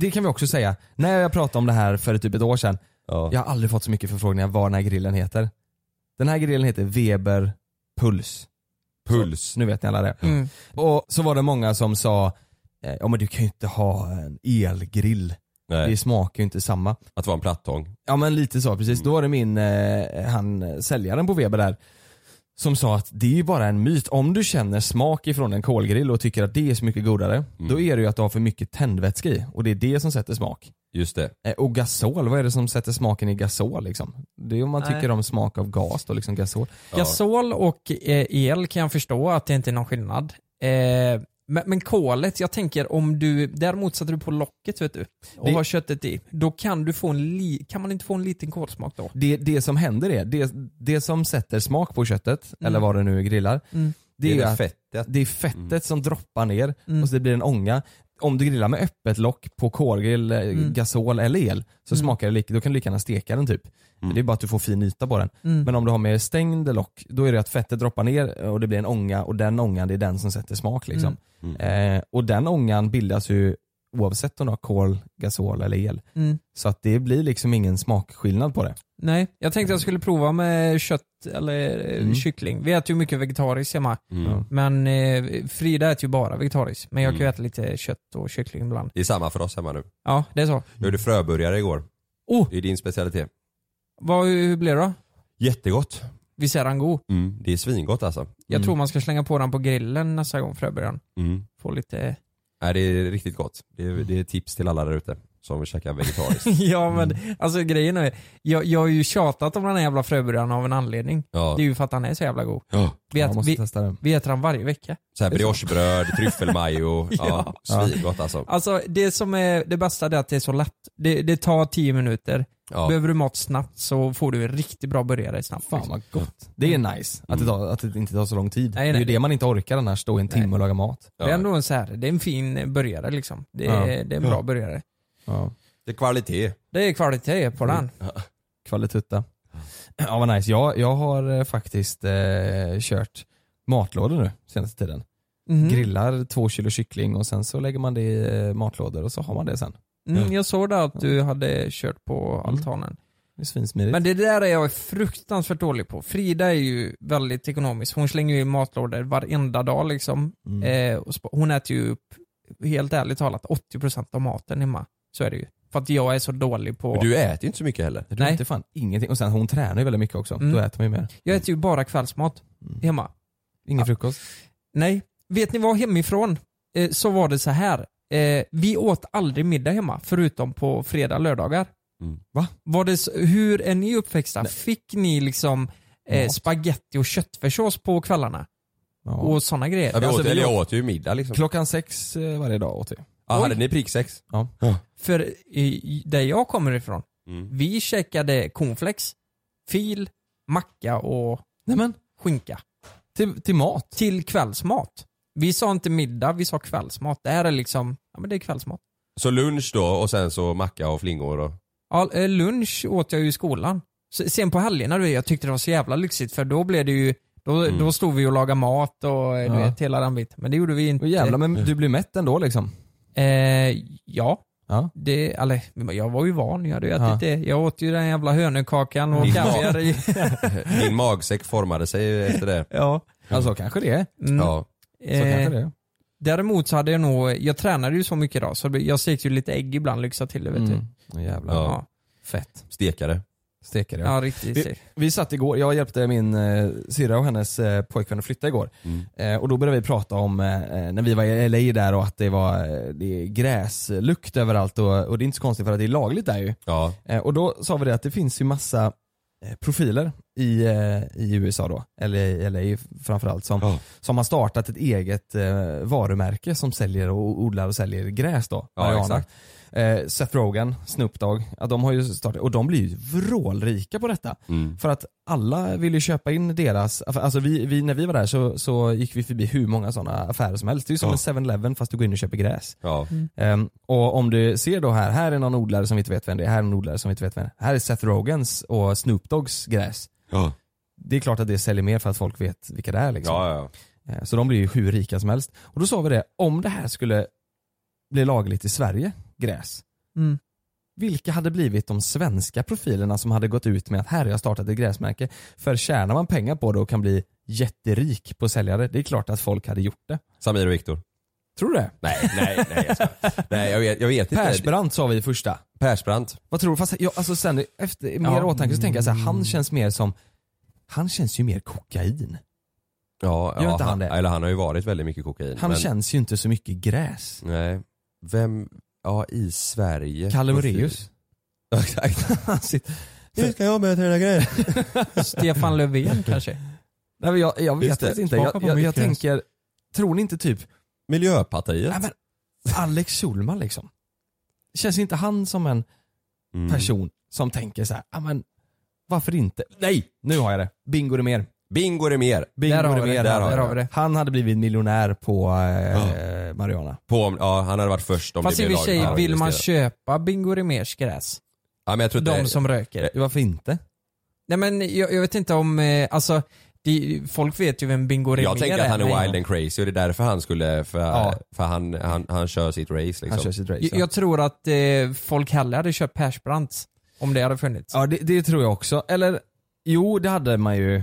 S5: det kan vi också säga. När jag pratade om det här för typ ett år sedan, jag har aldrig fått så mycket förfrågningar vad den här grillen heter. Den här grillen heter Weber Puls.
S4: Puls.
S5: Så, nu vet ni alla det.
S14: Mm.
S5: Och så var det många som sa, eh, ja men du kan ju inte ha en elgrill.
S4: Nej.
S5: Det smakar ju inte samma.
S4: Att vara en plattång. Mm.
S5: Ja men lite så, precis. Då var det min, eh, han eh, säljaren på Weber där, som sa att det är ju bara en myt. Om du känner smak ifrån en kolgrill och tycker att det är så mycket godare,
S4: Mm.
S5: då är det ju att du har för mycket tändvätska i och det är det som sätter smak.
S4: Just det.
S5: Eh, Och gasol, vad är det som sätter smaken i gasol liksom? Det är om man
S14: Nej.
S5: tycker om smak av gas då, liksom gasol.
S14: Gasol och eh, el kan jag förstå att det inte är någon skillnad. Eh, men, men kolet, jag tänker om du, däremot sätter du på locket vet du och
S5: Det-
S14: har köttet i, då kan du få en, li, kan man inte få en liten kolsmak då?
S5: Det, det som händer är, det, det som sätter smak på köttet,
S14: Mm.
S5: eller vad det nu är grillar,
S14: Mm.
S4: Det
S5: det,
S4: är
S5: är
S4: det
S5: att
S4: fettet.
S5: det är fettet som droppar ner
S14: Mm.
S5: och så det blir en ånga. Om du grillar med öppet lock på kolgrill, eh,
S14: Mm.
S5: gasol eller el så
S14: Mm.
S5: smakar det lika, då kan du lika gärna steka den typ. Det är bara att du får fin yta på den.
S14: Mm.
S5: Men om du har med stängd lock, då är det att fettet droppar ner eh, och det blir en ånga och den ångan det är den som sätter smak liksom.
S14: Mm.
S5: Eh, och den ångan bildas ju oavsett om du har kol, gasol eller el.
S14: Mm.
S5: Så att det blir liksom ingen smakskillnad på det.
S14: Nej, jag tänkte jag skulle prova med kött eller eh,
S5: Mm.
S14: kyckling. Vi äter ju mycket vegetariskt hemma.
S4: Mm.
S14: Men eh, Frida äter ju bara vegetariskt. Men jag kan ju äta lite kött och kyckling ibland.
S4: Det är samma för oss hemma nu.
S14: Ja, det är så.
S4: Jag gjorde fröburgare igår.
S14: Oh!
S4: Det är din specialitet.
S14: Vad, hur blir det då?
S4: Jättegott.
S14: Visst är den god?
S4: Mm. Det är svingott alltså.
S14: Jag
S5: Mm.
S14: tror man ska slänga på den på grillen nästa gång fröbörjan.
S4: Mm.
S14: Få lite...
S4: Nej, det är riktigt gott. Det är, det är tips till alla där ute som vill käka vegetariskt.
S14: ja men
S5: Mm.
S14: alltså grejen är, jag, jag har ju tjatat om den här jävla fröbörjan av en anledning.
S4: Ja.
S14: Det är ju för att den är så jävla god.
S4: Ja.
S14: Vi,
S5: Jag
S14: äter,
S5: måste
S14: vi,
S5: testa den.
S14: vi äter den varje vecka.
S4: Så här briochebröd, tryffelmajo. Ja,
S14: Ja.
S4: svingott alltså.
S14: Alltså det som är det bästa det är att det är så lätt. Det, det tar 10 minuter.
S4: Ja.
S14: Behöver du mat snabbt så får du en riktigt bra burgare snabbt. liksom.
S5: Fan vad gott. Det är nice att det, tar, att det inte tar så lång tid.
S14: Nej, nej.
S5: Det är ju det man inte orkar annars, stå i en timme och laga mat.
S14: Det är ändå en så här, det är en fin burgare liksom. Det är,
S5: Ja.
S14: det är en bra burgare.
S4: Det är kvalitet.
S14: Det är kvalitet på den.
S5: Kvalitutta. Ja vad nice. Jag, jag har eh, faktiskt eh, kört matlådor nu senaste tiden.
S14: Mhm.
S5: Grillar två kilo kyckling och sen så lägger man det i eh, matlådor och så har man det sen.
S14: Mm, jag såg där att du hade kört på altanen.
S5: Det är svinsmidigt.
S14: Men det där är jag fruktansvärt dålig på. Frida är ju väldigt ekonomisk. Hon slänger ju i matlådor varenda dag liksom.
S5: Mm.
S14: Eh, och sp- hon äter ju upp, helt ärligt talat, 80% av maten hemma. Så är det ju. För att jag är så dålig på...
S4: Men du äter ju inte så mycket heller.
S5: Du
S14: Nej.
S5: äter fan ingenting. Och sen hon tränar ju väldigt mycket också.
S14: Mm.
S5: Då äter man ju mer. Mm.
S14: Jag äter ju bara kvällsmat hemma.
S5: Ingen frukost.
S14: Nej. Vet ni vad hemifrån? Eh, så var det så här. Eh, vi åt aldrig middag hemma, förutom på fredag, lördagar.
S5: Va?
S14: Var det, så- hur är ni uppväxta? Fick ni liksom eh,
S5: Mat.
S14: spaghetti och köttfärssås på kvällarna? Och sådana grejer?
S4: Ja, vi åt,
S5: Alltså, vi
S4: eller jag
S5: åt-
S4: åt ju middag liksom.
S5: Klockan sex eh, varje dag åt vi.
S4: Ja,
S14: Oj.
S4: hade ni pricksex?
S5: Ja.
S14: För i, där jag kommer ifrån,
S4: Mm.
S14: vi käkade cornflakes, fil, macka och
S5: Nej, men,
S14: skinka.
S5: till, till mat.
S14: Till kvällsmat. Vi sa inte middag, vi sa kvällsmat. Det här är liksom, ja men det är kvällsmat.
S4: Så lunch då och sen så macka och flingor och...
S14: Ja, eh, lunch åt jag ju i skolan. S- Sen på helgerna, du vet, jag tyckte det var så jävla lyxigt för då blev det ju,
S4: Då,
S5: Mm.
S4: då stod vi och lagade mat och eh, du
S5: Ja.
S4: vet, hela den biten. Men det gjorde vi inte.
S5: Och jävlar,
S14: eh,
S5: men du blev mätt ändå liksom?
S4: Eh, ja. Det, eller, jag var ju van. Jag, hade ju
S6: Ja.
S4: ätit det. jag åt ju den jävla hönökakan och
S6: Din
S4: kaviar i.
S6: Din magsäck formade sig ju efter det.
S4: Ja, alltså kanske det. Mm.
S6: Ja.
S4: Eh, Däremot så hade jag nog, jag tränade ju så mycket idag så jag stekte ju lite ägg ibland, lyxade till det vet
S14: Mm.
S4: du.
S5: Jävlar.
S4: Ja.
S5: Fett.
S6: Stekare.
S5: Stekare
S4: Ja, riktigt
S5: vi,
S4: stek.
S5: vi satt igår, jag hjälpte min eh, syrra och hennes eh, pojkvän att flytta igår.
S14: Mm.
S5: Eh, och då började vi prata om eh, när vi var i LA där och att det var eh, det är gräslukt överallt och, och det är inte så konstigt för att det är lagligt där ju. Eh, och då sa vi det att det finns ju massa eh, profiler i, eh, i USA då, eller i LA framförallt, som, som har startat ett eget eh, varumärke som säljer och odlar och säljer gräs då.
S6: Ja,
S5: marijuana.
S6: exakt.
S5: Eh, Seth Rogen, Snoop Dogg, ja, de har ju startat, och de blir ju vrålrika på detta.
S6: Mm.
S5: För att alla vill ju köpa in deras, alltså vi, vi, när vi var där så, så gick vi förbi hur många sådana affärer som helst. Det är ju som
S6: Ja.
S5: en 7-Eleven fast du går in och köper gräs.
S6: Ja.
S5: Mm. Ehm, och om du ser då här, här är någon odlare som vi inte vet vem det är, här är någon odlare som vi inte vet vem det är. Här är Seth Rogans och Snoop Doggs gräs. Det är klart att det säljer mer för att folk vet vilka det är liksom. Ehm, Så de blir ju hur rika som helst. Och då sa vi det, om det här skulle bli lagligt i Sverige, gräs,
S4: Mm.
S5: vilka hade blivit de svenska profilerna som hade gått ut med att här har jag startat ett gräsmärke? För tjänar man pengar på det och kan bli jätterik på säljare, det är klart att folk hade gjort det.
S6: Samir och Viktor.
S5: Tror du det?
S6: Nej, nej, nej. Jag, skojar. nej, jag, vet, jag vet inte.
S5: Persbrandt sa vi första.
S6: Persbrandt.
S5: Vad tror du? Fast jag, alltså sen efter mer
S6: Ja.
S5: åtanke så tänker jag så här, han känns mer som, han känns ju mer kokain.
S6: Ja,
S5: Gör
S6: ja
S5: inte han det?
S6: Eller han har ju varit väldigt mycket kokain.
S5: Han
S6: men-
S5: känns ju inte så mycket gräs.
S6: Nej. Vem, ja i Sverige.
S5: Kalle Moraeus.
S6: Ja, Exakt.
S5: Nu ska jag börja träna gräs.
S4: Stefan Löfven kanske?
S5: Nej men jag, jag vet
S6: Just det.
S5: faktiskt inte.
S6: Smaka
S5: Jag,
S6: på
S5: jag,
S6: mitt
S5: jag
S6: gräs.
S5: tänker, tror ni inte typ
S6: Miljöpartiet.
S5: Nej, men Alex Schulman liksom. Känns inte han som en
S6: Mm.
S5: person som tänker så här, "Ah, men varför inte? Nej, nu har jag det. Bingo det mer.
S6: Bingo det mer.
S5: Bingo
S6: Där har
S5: det
S6: vi det,
S5: mer.
S6: där har vi
S5: har vi
S6: det.
S5: det. Han hade blivit miljonär på eh, Mariana.
S6: På, om- ja, han hade varit först om
S4: Fast
S6: det
S4: i och
S6: blev
S4: för sig,
S6: lagligt. Ja,
S4: vill
S6: just
S4: man
S6: det.
S4: köpa Bingo Rimérs gräs?
S6: Ja, men jag tror inte
S4: de
S6: det- Eh,
S4: som röker?
S5: Varför inte?
S4: Nej men jag, jag vet inte om, eh, alltså, det, folk vet ju vem Bingo Rimér är.
S6: Jag tänker att han är
S4: men-
S6: wild and crazy och det är därför han skulle, för,
S4: Ja.
S6: för han, han, han kör sitt race liksom.
S5: Han kör sitt race,
S4: Jag, jag tror att eh, folk hellre hade köpt Persbrandt om det hade funnits.
S5: Ja det, det tror jag också. Eller, jo det hade man ju.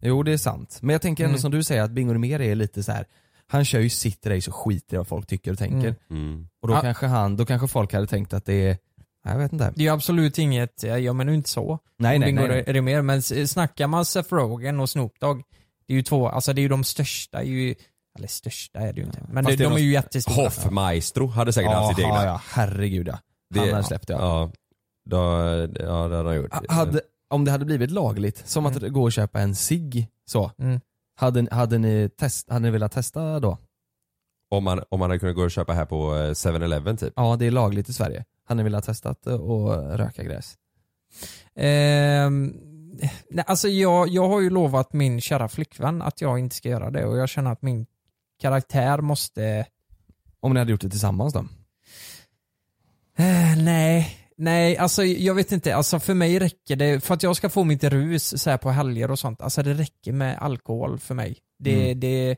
S5: Jo det är sant. Men jag tänker ändå
S4: Mm.
S5: som du säger att Bingo mer är lite så här. han kör ju sitt race och skiter i vad folk tycker och tänker.
S4: Mm.
S5: Och då,
S4: Ja.
S5: kanske han, då kanske folk hade tänkt att det är, nej, jag vet inte.
S4: Det är ju absolut inget, eh, jag menar ju inte så.
S5: Nej,
S4: om
S5: nej,
S4: Bingo
S5: nej, nej.
S4: Rimér, men s- snackar man Seth Rogen och Snoop Dogg, det är ju två, alltså det är ju de största, är ju, eller största är det ju inte, men det,
S6: Fast det
S4: de är
S6: någon-
S4: ju jättestora.
S6: Hoffmaestro hade säkert haft sitt
S5: Jaha,
S6: egna.
S5: ja, herregud ja. Han hade släppt det ja.
S6: Ja, då, ja det hade han gjort. eh. Mm.
S5: Hade, om det hade blivit lagligt, som att gå och köpa en cigg så.
S4: Mm.
S5: Hade, hade, ni test, hade ni velat testa då?
S6: Om man, om man hade kunnat gå och köpa här på eh, 7-Eleven typ.
S5: Ja det är lagligt i Sverige. Hade ni velat testa att eh, och röka gräs?
S4: Ehm, nej, alltså jag, jag har ju lovat min kära flickvän att jag inte ska göra det och jag känner att min karaktär måste...
S5: Om ni hade gjort det tillsammans då?
S4: Eh, nej, nej, alltså jag vet inte. Alltså för mig räcker det, för att jag ska få mitt rus så här på helger och sånt, alltså det räcker med alkohol för mig. Det,
S5: Mm.
S4: det,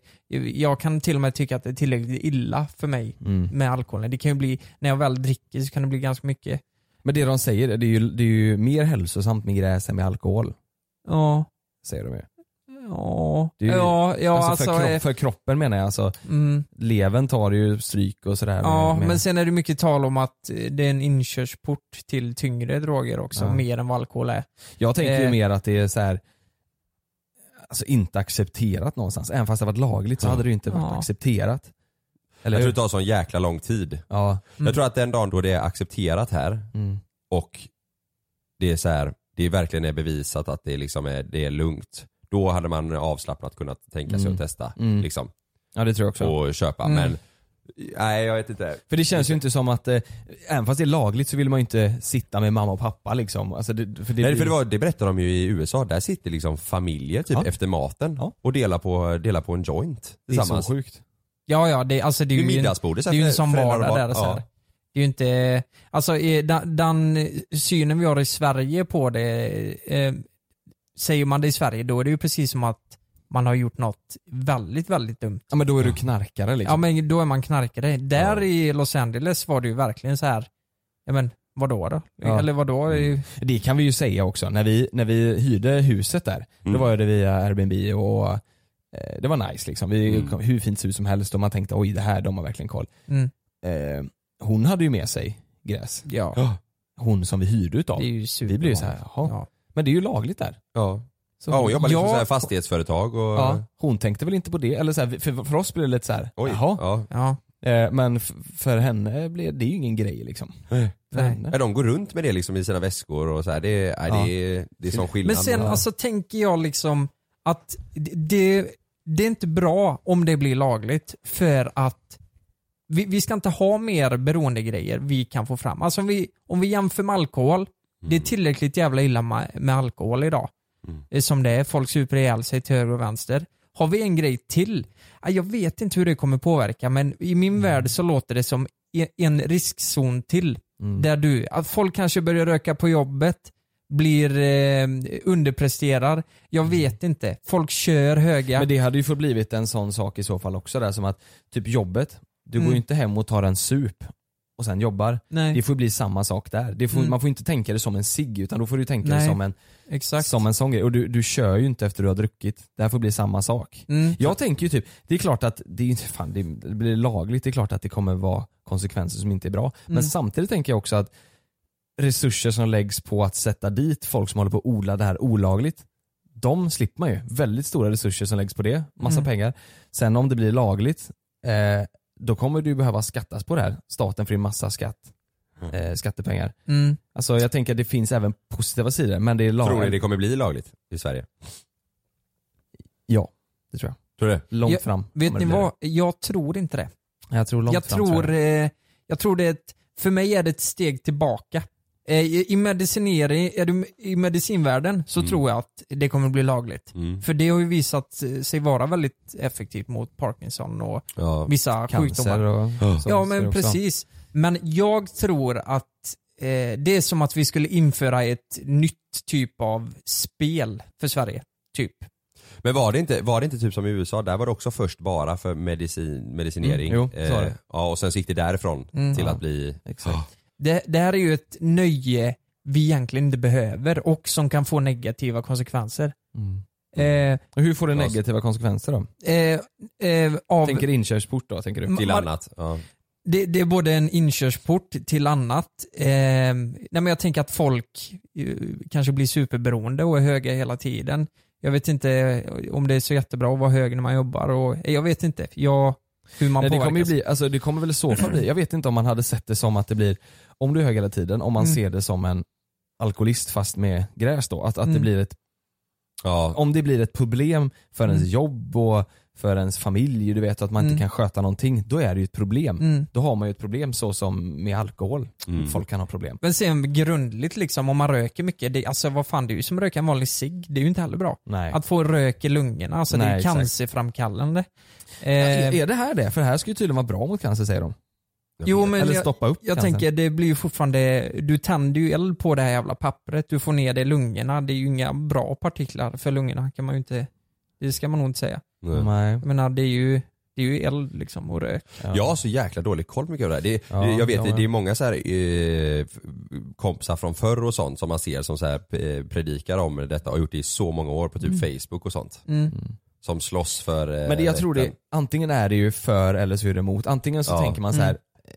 S4: jag kan till och med tycka att det är tillräckligt illa för mig
S5: Mm.
S4: med alkoholen. Det kan ju bli, när jag väl dricker så kan det bli ganska mycket.
S5: Men det de säger, det är ju, det är ju mer hälsosamt med gräs än med alkohol.
S4: Ja,
S5: Säger de ju.
S4: ja,
S5: Det är ju
S4: ja, ja
S5: alltså för,
S4: eh,
S5: kropp, för kroppen menar jag alltså.
S4: Mm.
S5: Levern tar ju stryk och sådär.
S4: Ja,
S5: med- med-
S4: men sen är det mycket tal om att eh, det är en inkörsport till tyngre droger också,
S5: Ja.
S4: mer än vad alkohol är.
S5: Jag tänker ju
S4: Eh.
S5: mer att det är så här. Alltså inte accepterat någonstans. Även fast det varit lagligt så
S6: Ja.
S4: Mm.
S5: hade det ju inte varit
S6: Ja.
S5: accepterat. Eller
S6: jag
S5: hur?
S6: tror det tar sån jäkla lång tid.
S5: Ja.
S6: Jag tror att den dagen då det är accepterat här
S5: Mm.
S6: och det är så här, det är verkligen är bevisat att det, liksom är, det är lugnt. Då hade man avslappnat kunnat tänka sig
S5: Mm.
S6: att testa.
S5: Mm.
S6: Liksom,
S5: Ja det tror jag också.
S6: och köpa.
S5: Mm.
S6: Men nej jag vet inte.
S5: För det känns ju inte som att, eh, även fast det är lagligt så vill man ju inte sitta med mamma och pappa liksom. Alltså det, för det,
S6: Nej, för det, var, det berättar de ju i USA, där sitter liksom familjer typ
S5: Ja.
S6: efter maten och delar på, delar på en joint
S5: det är
S6: tillsammans.
S5: så sjukt.
S4: Ja, ja, det, alltså det är
S6: Vid
S4: ju
S6: middagsbordet,
S4: en, det är ju en
S6: så
S4: sån
S6: att föräldrar och
S4: vardag
S6: barn-
S4: där. Så här.
S6: ja.
S4: Det är ju inte, alltså eh, den, den synen vi har i Sverige på det, eh, säger man det i Sverige då är det ju precis som att
S14: man har gjort något väldigt, väldigt dumt.
S5: Ja men då är du knarkare liksom.
S14: Ja men då är man knarkare. Där i Los Angeles var det ju verkligen så här, ja men vadå då?
S5: Ja. Mm.
S14: Eller vadå?
S5: Det kan vi ju säga också. När vi, när vi hyrde huset där, då
S14: Mm.
S5: var det via Airbnb och eh, det var nice liksom. Vi,
S14: Mm.
S5: Hur fint hus som helst och man tänkte oj det här, de har verkligen koll.
S14: Mm.
S5: Eh, hon hade ju med sig gräs.
S14: Ja.
S5: Hon som vi hyrde utav.
S14: Det är ju
S5: vi blev ju såhär, jaha. Men det är ju lagligt där.
S4: Ja.
S5: Så-
S4: ja, hon jobbar liksom
S5: Ja.
S4: så här fastighetsföretag och...
S5: Ja, hon tänkte väl inte på det. Eller så här, för, för oss blev det lite så här,
S4: Oj,
S5: jaha.
S14: Ja.
S5: Eh, Men f- för henne blev det är ju ingen grej liksom.
S4: Nej.
S5: För henne.
S4: Ja, de går runt med det liksom i sina väskor och så här. Det, är- nej, det, är, det är sån skillnad.
S14: Men sen
S4: Ja.
S14: alltså tänker jag liksom att det- det, det är inte bra om det blir lagligt för att vi, vi ska inte ha mer beroendegrejer vi kan få fram. Alltså om vi, om vi jämför med alkohol, det är tillräckligt jävla illa ma- med alkohol idag. Eh, Som det är, folk super ihjäl sig till höger och vänster. Har vi en grej till? Ah, Jag vet inte hur det kommer påverka men i min
S5: Mm.
S14: värld så låter det som e- en riskzon till.
S5: Mm.
S14: Där du, att folk kanske börjar röka på jobbet, blir eh, underpresterar. Jag vet inte. Folk kör höga.
S5: Mm. Men det hade ju förblivit en sån sak i så fall också där som att, typ jobbet, du
S14: Mm.
S5: går ju inte hem och tar en sup och sen jobbar.
S14: Nej.
S5: Det får bli samma sak där. Det får,
S14: Mm.
S5: Man får inte tänka det som en cigg utan då får du tänka
S14: Nej.
S5: det som en,
S14: Exakt.
S5: som en sån grej. Och du, du kör ju inte efter du har druckit. Det här får bli samma sak.
S14: Mm.
S5: Jag tänker ju typ, det är klart att det, är inte- fan, det blir lagligt, det är klart att det kommer vara konsekvenser som inte är bra. Men
S14: Mm.
S5: samtidigt tänker jag också att resurser som läggs på att sätta dit folk som håller på att odla det här olagligt, de slipper man ju. Väldigt stora resurser som läggs på det, massa
S14: Mm.
S5: pengar. Sen om det blir lagligt, eh, då kommer du behöva skattas på det här. Staten får ju massa skatt, eh, skattepengar.
S14: Mm.
S5: Alltså jag tänker att det finns även positiva sidor, men det är lagligt.
S4: Tror ni det kommer bli lagligt i Sverige?
S5: Ja, det tror jag.
S4: Tror du det?
S5: Långt
S14: jag,
S5: fram.
S14: Vet
S5: kommer det
S14: ni
S5: bli
S14: vad? Jag tror inte det.
S5: det. Jag tror långt
S14: jag
S5: fram
S14: tror,
S5: tyvärr.
S14: eh, jag tror det är ett, för mig är det ett steg tillbaka. Eh, I i medicinering, är du, i medicinvärlden så
S5: Mm.
S14: tror jag att det kommer bli lagligt.
S5: Mm.
S14: För det har ju visat eh, sig vara väldigt effektivt mot Parkinson och
S5: Ja,
S14: vissa
S5: cancer
S14: sjukdomar.
S5: och-
S14: ja,
S5: så- så det
S14: men
S5: också.
S14: precis. Men jag tror att eh, det är som att vi skulle införa ett nytt typ av spel för Sverige. Typ.
S4: Men var det, inte, var det inte typ som i USA, där var det också först bara för medicin, medicinering.
S14: Mm, jo, så var det.
S4: Eh, ja, och sen så gick det därifrån
S14: Mm.
S4: till
S14: Ja,
S4: att bli...
S5: Exakt.
S14: Det, det här är ju ett nöje vi egentligen inte behöver och som kan få negativa konsekvenser. Eh,
S5: Och hur får det negativa konsekvenser då?
S14: eh, eh, av,
S5: Tänker inkörsport då, tänker du?
S14: Till Man- annat,
S4: ja.
S14: det, det är både en inkörsport till annat. Eh, nej men jag tänker att folk eh, kanske blir superberoende och är höga hela tiden. Jag vet inte om det är så jättebra att vara hög när man jobbar. Och, eh, jag vet inte jag, hur man
S5: Nej, det
S14: påverkas.
S5: kommer ju bli, alltså det kommer väl i så fall bli, jag vet inte om man hade sett det som att det blir, om du är hög hela tiden, om man
S14: Mm.
S5: ser det som en alkoholist fast med gräs då, att, att det
S14: Mm.
S5: blir ett, om det blir ett problem för ens
S14: Mm.
S5: jobb och för ens familj, du vet att man inte
S14: Mm.
S5: kan sköta någonting, då är det ju ett problem.
S14: Mm.
S5: Då har man ju ett problem så som med alkohol,
S4: Mm.
S5: folk kan ha problem.
S14: Men sen grundligt liksom, om man röker mycket, det, alltså vad fan det är ju som att röka en vanlig cigg, det är ju inte heller bra.
S5: Nej.
S14: Att få rök i lungorna, alltså det är
S5: Nej,
S14: ju
S5: exakt.
S14: cancerframkallande. Eh,
S5: är, är det här det? För det här ska ju tydligen vara bra mot cancer säger de.
S14: Jo men
S5: Eller
S14: jag,
S5: stoppa upp
S14: jag
S5: cancern.
S14: tänker det blir ju fortfarande, du tänder ju eld på det här jävla pappret, du får ner det i lungorna, det är ju inga bra partiklar för lungorna kan man ju inte, det ska man nog inte säga.
S4: Mm.
S5: Nej.
S14: Jag menar det är ju, det är ju eld liksom och rök.
S4: Jag har så jäkla dålig koll mycket av det här. Det,
S5: Ja,
S4: det, jag vet,
S5: jag
S4: det,
S5: med.
S4: det är många så här, eh, f- kompisar från förr och sånt som man ser som så här, eh, predikar om detta och har gjort det i så många år på typ Facebook och sånt.
S14: Mm.
S4: Som slåss för eh,
S5: Men det, jag tror det,
S4: rätten.
S5: antingen är det ju för eller så är det emot. Antingen så
S4: Ja.
S5: tänker man så här.
S4: Mm.
S5: eh,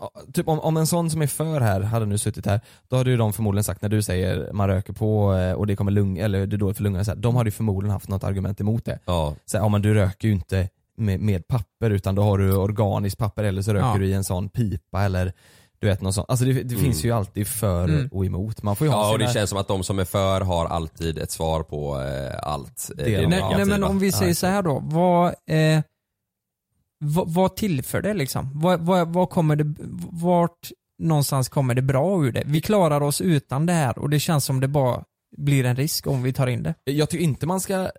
S5: ja, Typ om, om en sån som är för här hade nu suttit här, då hade ju de förmodligen sagt när du säger man röker på eh, och det kommer lung, eller det är dåligt för lungorna, så här, de hade ju förmodligen haft något argument emot det.
S4: Ja.
S5: Så här, ja men du röker ju inte med, med papper utan då har du organiskt papper eller så röker
S14: Ja.
S5: du i en sån pipa eller du vet något sånt. Alltså det, det
S4: Mm.
S5: finns ju alltid för
S4: Mm.
S5: och emot. Man får ju ha
S4: Ja och
S5: sina...
S4: det känns som att de som är för har alltid ett svar på eh, allt. eh,
S5: Det-
S4: det
S14: Nej, nej
S4: negativa.
S14: men om vi säger så här då, vad, eh, vad, vad tillför det liksom? Vad, vad, vad kommer det, vart någonstans kommer det bra ur det? Vi klarar oss utan det här och det känns som det bara blir en risk om vi tar in det.
S5: Jag tycker inte man ska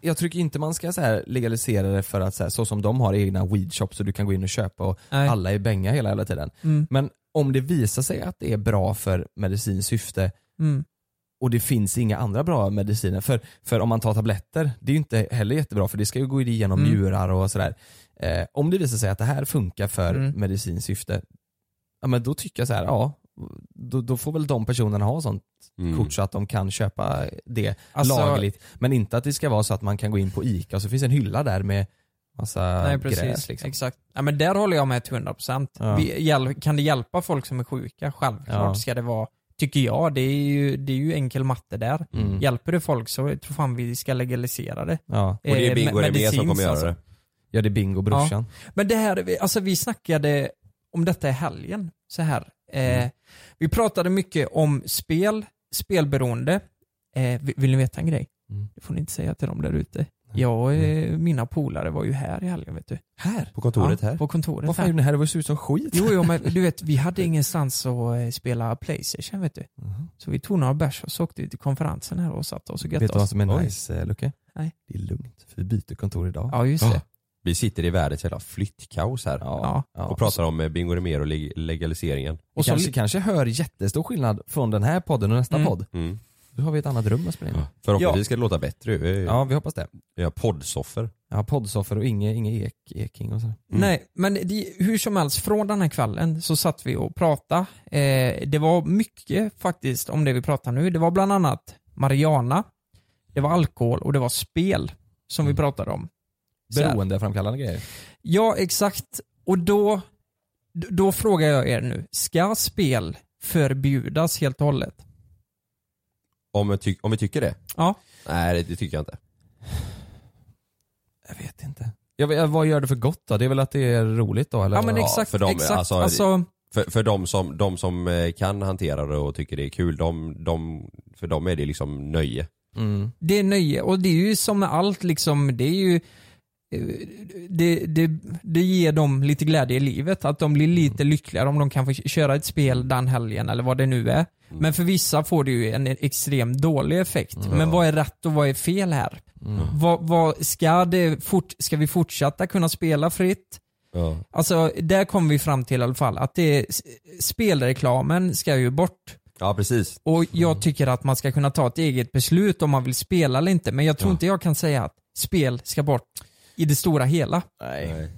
S5: jag tycker inte man ska så här legalisera det för att så, här, så som de har egna weedshops så du kan gå in och köpa och
S14: Nej.
S5: alla är bänga hela, hela tiden.
S14: Mm.
S5: Men om det visar sig att det är bra för medicinskt syfte
S14: Mm.
S5: och det finns inga andra bra mediciner. För, för om man tar tabletter, det är ju inte heller jättebra för det ska ju gå igenom
S14: Mm.
S5: njurar och sådär. Eh, om det visar sig att det här funkar för
S14: Mm.
S5: medicinskt syfte, ja, men då tycker jag så här, ja då, då får väl de personerna ha sånt kort så att de kan köpa det
S14: Alltså-
S5: lagligt. Men inte att det ska vara så att man kan gå in på ICA och så finns en hylla där med massa
S14: Nej precis,
S5: gräs. Liksom.
S14: exakt. Ja, men där håller jag med till 100%.
S5: Ja.
S14: Vi, hjäl- kan det hjälpa folk som är sjuka? Självklart
S5: Ja.
S14: ska det vara, tycker jag. Det är ju, det är ju enkel matte där.
S5: Mm.
S14: Hjälper det folk så tror fan vi ska legalisera det.
S5: Ja. Och det är
S14: Eh,
S5: Bingo
S14: me-
S5: Remer som
S14: medicinskt
S5: kommer göra det. Ja det är Bingo brorsan.
S14: Ja. Men det här, alltså vi snackade om detta i helgen. Så här. Eh,
S5: Mm.
S14: Vi pratade mycket om spel, spelberoende. Eh, vi- vill ni veta en grej?
S5: Mm.
S14: Det får ni inte säga till dem där ute. Jag och eh, mina polare var ju här i helgen vet du. Här?
S5: På kontoret här?
S14: På kontoret
S5: Vad fan
S14: här.
S5: gjorde ni här? Det var ju så ut som skit.
S14: Jo, jo, men du vet, vi hade ingenstans att eh, spela Playstation vet du. Så vi tog några bärs och så åkte vi till konferensen här och satte oss och götte
S5: Vet du vad som är
S14: Oj.
S5: nice eh, Lucke?
S14: Nej.
S5: Det är lugnt, för vi byter kontor idag.
S14: Ja, just det.
S4: Vi sitter i världens jävla flyttkaos här
S5: Ja.
S4: och pratar om eh, Bingo Rimér och leg- legaliseringen.
S5: Och så kanske, kanske hör jättestor skillnad från den här podden och nästa podd.
S4: Mm.
S5: Nu har vi ett annat rum att spela in i.
S4: Förhoppningsvis ska det låta bättre. eh,
S5: Ja, vi hoppas det.
S4: Ja, poddsoffer.
S5: Ja, poddsoffer och inge, inge ek, eking och så.
S14: Nej, men det, hur som helst, från den här kvällen så satt vi och pratade. Eh, det var mycket faktiskt om det vi pratar nu. Det var bland annat Mariana, det var alkohol och det var spel som vi pratade om. Så här.
S5: Beroendeframkallande grejer.
S14: Ja, exakt. Och då, då frågar jag er nu, ska spel förbjudas helt och hållet?
S4: Om, vi ty- om vi tycker det?
S14: Ja.
S4: Nej, det, det tycker jag inte.
S5: Jag vet, eh, vad gör det för gott då? Det är väl att det är roligt då eller?
S4: för dem, Alltså, För, för de, som, de som eh, kan hantera det och tycker det är kul, de, de, för dem är det liksom nöje.
S14: Det är nöje och det är ju som med allt liksom, det är ju eh, det, det, det ger dem lite glädje i livet, att de blir lite lyckligare om de kan få köra ett spel Eh, den helgen eller vad det nu är. Men för vissa får det ju en extremt dålig effekt.
S4: Mm.
S14: Men vad är rätt och vad är fel här? Vad, vad, ska, det fort, ska vi fortsätta kunna spela fritt? Alltså, där kommer vi fram till i alla fall att det är, s- spelreklamen ska ju bort.
S4: Ja, precis. Mm.
S14: Och jag tycker att man ska kunna ta ett eget beslut om man vill spela eller inte. Men jag tror inte jag kan säga att spel ska bort i det stora hela.
S5: Nej.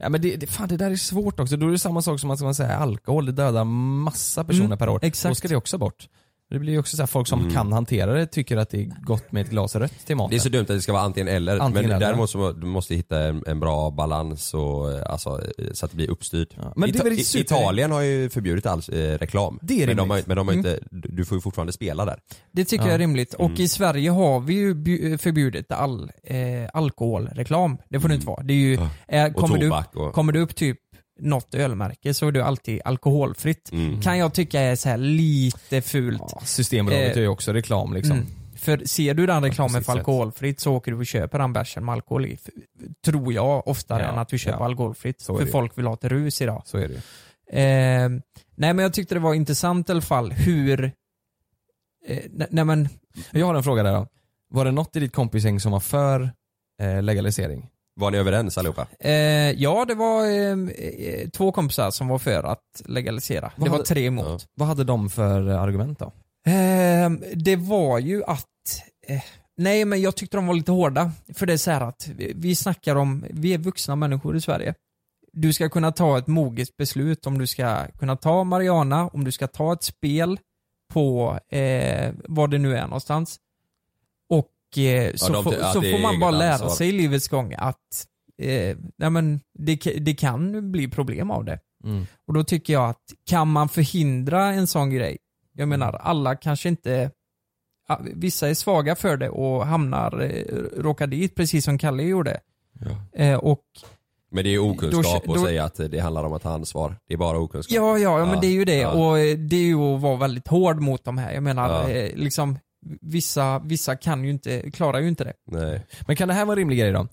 S5: Ja, men det, det, fan, det där är svårt också. Då är det samma sak som att man säger alkohol, det dödar massa personer
S14: Mm,
S5: per år. Då
S14: exakt.
S5: ska det också bort. Det blir ju också så här, folk som
S4: Mm.
S5: kan hantera det tycker att det är gott med ett glas rött till maten.
S4: Det är så dumt att det ska vara antingen eller.
S5: Antingen
S4: men
S5: eller.
S4: däremot så må- du måste hitta en, en bra balans och, eh, alltså, eh, så att det blir uppstyrt.
S5: Men det är väl
S4: Ita-
S5: super-
S4: Italien har ju förbjudit all eh, reklam.
S14: Det är
S4: men de
S14: rimligt.
S4: har, men de har
S14: Mm.
S4: inte, du du får ju fortfarande spela där.
S14: Det tycker
S4: Ja.
S14: jag är rimligt. Och
S4: Mm.
S14: i Sverige har vi ju bju- förbjudit all eh, alkoholreklam. Det får det inte vara. Det är ju, eh,
S4: Mm. Och
S14: kommer, du upp,
S4: tobak och-
S14: kommer du upp typ något ölmärke så är det alltid alkoholfritt.
S4: Mm.
S14: Kan jag tycka är så här lite fult.
S5: Systembolaget gör ju också reklam liksom.
S14: Eh, Mm. För ser du den
S5: på
S14: reklamen
S5: sitt
S14: för
S5: sätt.
S14: alkoholfritt så åker du och köper den bärsen med alkohol i. F- Tror jag oftare
S5: Ja,
S14: än att du köper
S5: ja.
S14: alkoholfritt.
S5: är
S14: för
S5: det.
S14: folk vill ha till rus idag.
S5: Så är det ju.
S14: Eh, nej men jag tyckte det var intressant i alla fall hur... Eh, nej, nej men...
S5: Jag har en fråga där då. Var det något i ditt kompisgäng som var för eh, legalisering?
S4: Var ni överens allihopa?
S14: Eh, ja, det var eh, eh, två kompisar som var för att legalisera.
S5: Vad
S14: det var
S5: hade-
S14: tre emot.
S5: Vad hade de för eh, argument då?
S14: Ehm, det var ju att, eh, nej men jag tyckte de var lite hårda. För det är så här att vi, vi snackar om, vi är vuxna människor i Sverige. Du ska kunna ta ett moget beslut om du ska kunna ta Mariana, om du ska ta ett spel på eh, vad det nu är någonstans. Och eh, så,
S4: de
S14: får-
S4: ty- att
S14: så
S4: det är
S14: får man
S4: eget
S14: bara lära
S4: ansvar.
S14: sig i livets gång att eh, nej men, det, ka- det kan bli problem av det. Och då tycker jag att kan man förhindra en sån grej? Jag menar, alla kanske inte ja, Vissa är svaga för det och hamnar, eh, råkar dit precis som Kalle gjorde. Eh, och
S4: Men det är okunskap
S14: Då-
S4: att
S14: då-
S4: säga att det handlar om att ta ansvar. Det är bara okunskap.
S14: Ja, ja, ja men det är ju det.
S4: ja.
S14: Och eh, det är ju att vara väldigt hård mot de här. Jag menar,
S4: Ja.
S14: eh, liksom, vissa, vissa kan ju inte, klarar ju inte det.
S4: Nej.
S5: Men kan det här vara en rimlig grej då?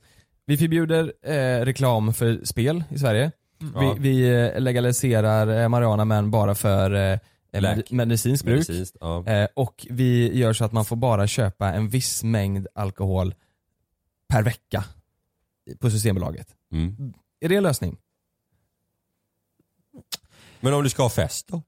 S5: Vi förbjuder eh, reklam för spel i Sverige.
S14: Mm.
S4: Ja.
S5: Vi, vi eh, legaliserar eh, marijuana men bara för eh, med,
S4: Läk.
S5: medicinskt bruk.
S4: Medicinskt, ja.
S5: eh, och vi gör så att man får bara köpa en viss mängd alkohol per vecka på Systembolaget.
S4: Mm.
S5: Är det en lösning?
S4: Men om du ska ha fest då?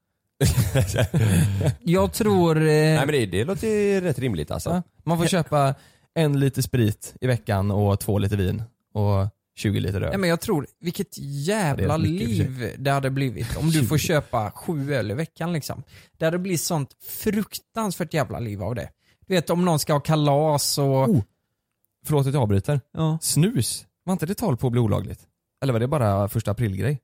S5: Jag tror... Nej
S4: men det, det låter ju rätt rimligt alltså.
S10: eh, Man får köpa en liter sprit i veckan och två liter vin och 20 liter öl.
S5: Nej, men jag tror, vilket jävla
S10: Det är mycket i och för
S5: liv det hade blivit om du får köpa sju öl i veckan liksom. Det hade blivit sånt fruktansvärt jävla liv av det. Du vet om någon ska ha kalas och...
S10: Förlåt att jag avbryter.
S5: Ja.
S10: Snus, var inte det tal på att bli olagligt? Eller var det bara första aprilgrej?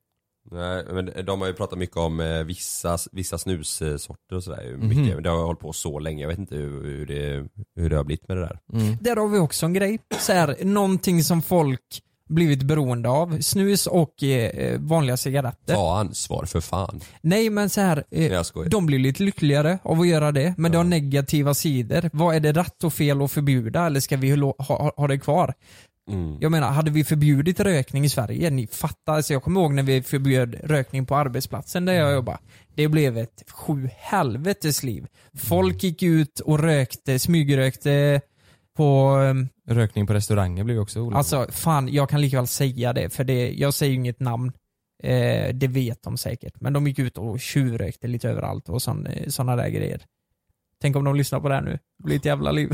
S4: Nej, men de har ju pratat mycket om eh, vissa, vissa snussorter och sådär. ju mycket.
S5: Mhm.
S4: Men Det har jag hållit på så länge, jag vet inte hur, hur, det, hur det har blivit med det där.
S5: Där har vi också en grej. Så här, någonting som folk blivit beroende av. Snus och eh, vanliga cigaretter.
S4: Ta ansvar för fan.
S5: Nej men så här, eh,
S4: Jag skojar.
S5: de blir lite lyckligare av att göra det, men det har negativa sidor. Vad är det rätt och fel att förbjuda eller ska vi lo- ha, ha, ha det kvar?
S4: Mm.
S5: Jag menar, hade vi förbjudit rökning i Sverige, ni fattar, så jag kommer ihåg när vi förbjöd rökning på arbetsplatsen där
S4: Mm.
S5: jag jobbade. Det blev ett sju helvetes liv. Folk gick ut och rökte, smygrökte på...
S10: Rökning på restauranger blev ju också olagligt.
S5: Alltså fan, jag kan lika väl säga det, för det, jag säger ju inget namn. Eh, det vet de säkert, men de gick ut och tjuvrökte lite överallt och sådana där grejer. Tänk om de lyssnar på det här nu. Det blir ett jävla liv.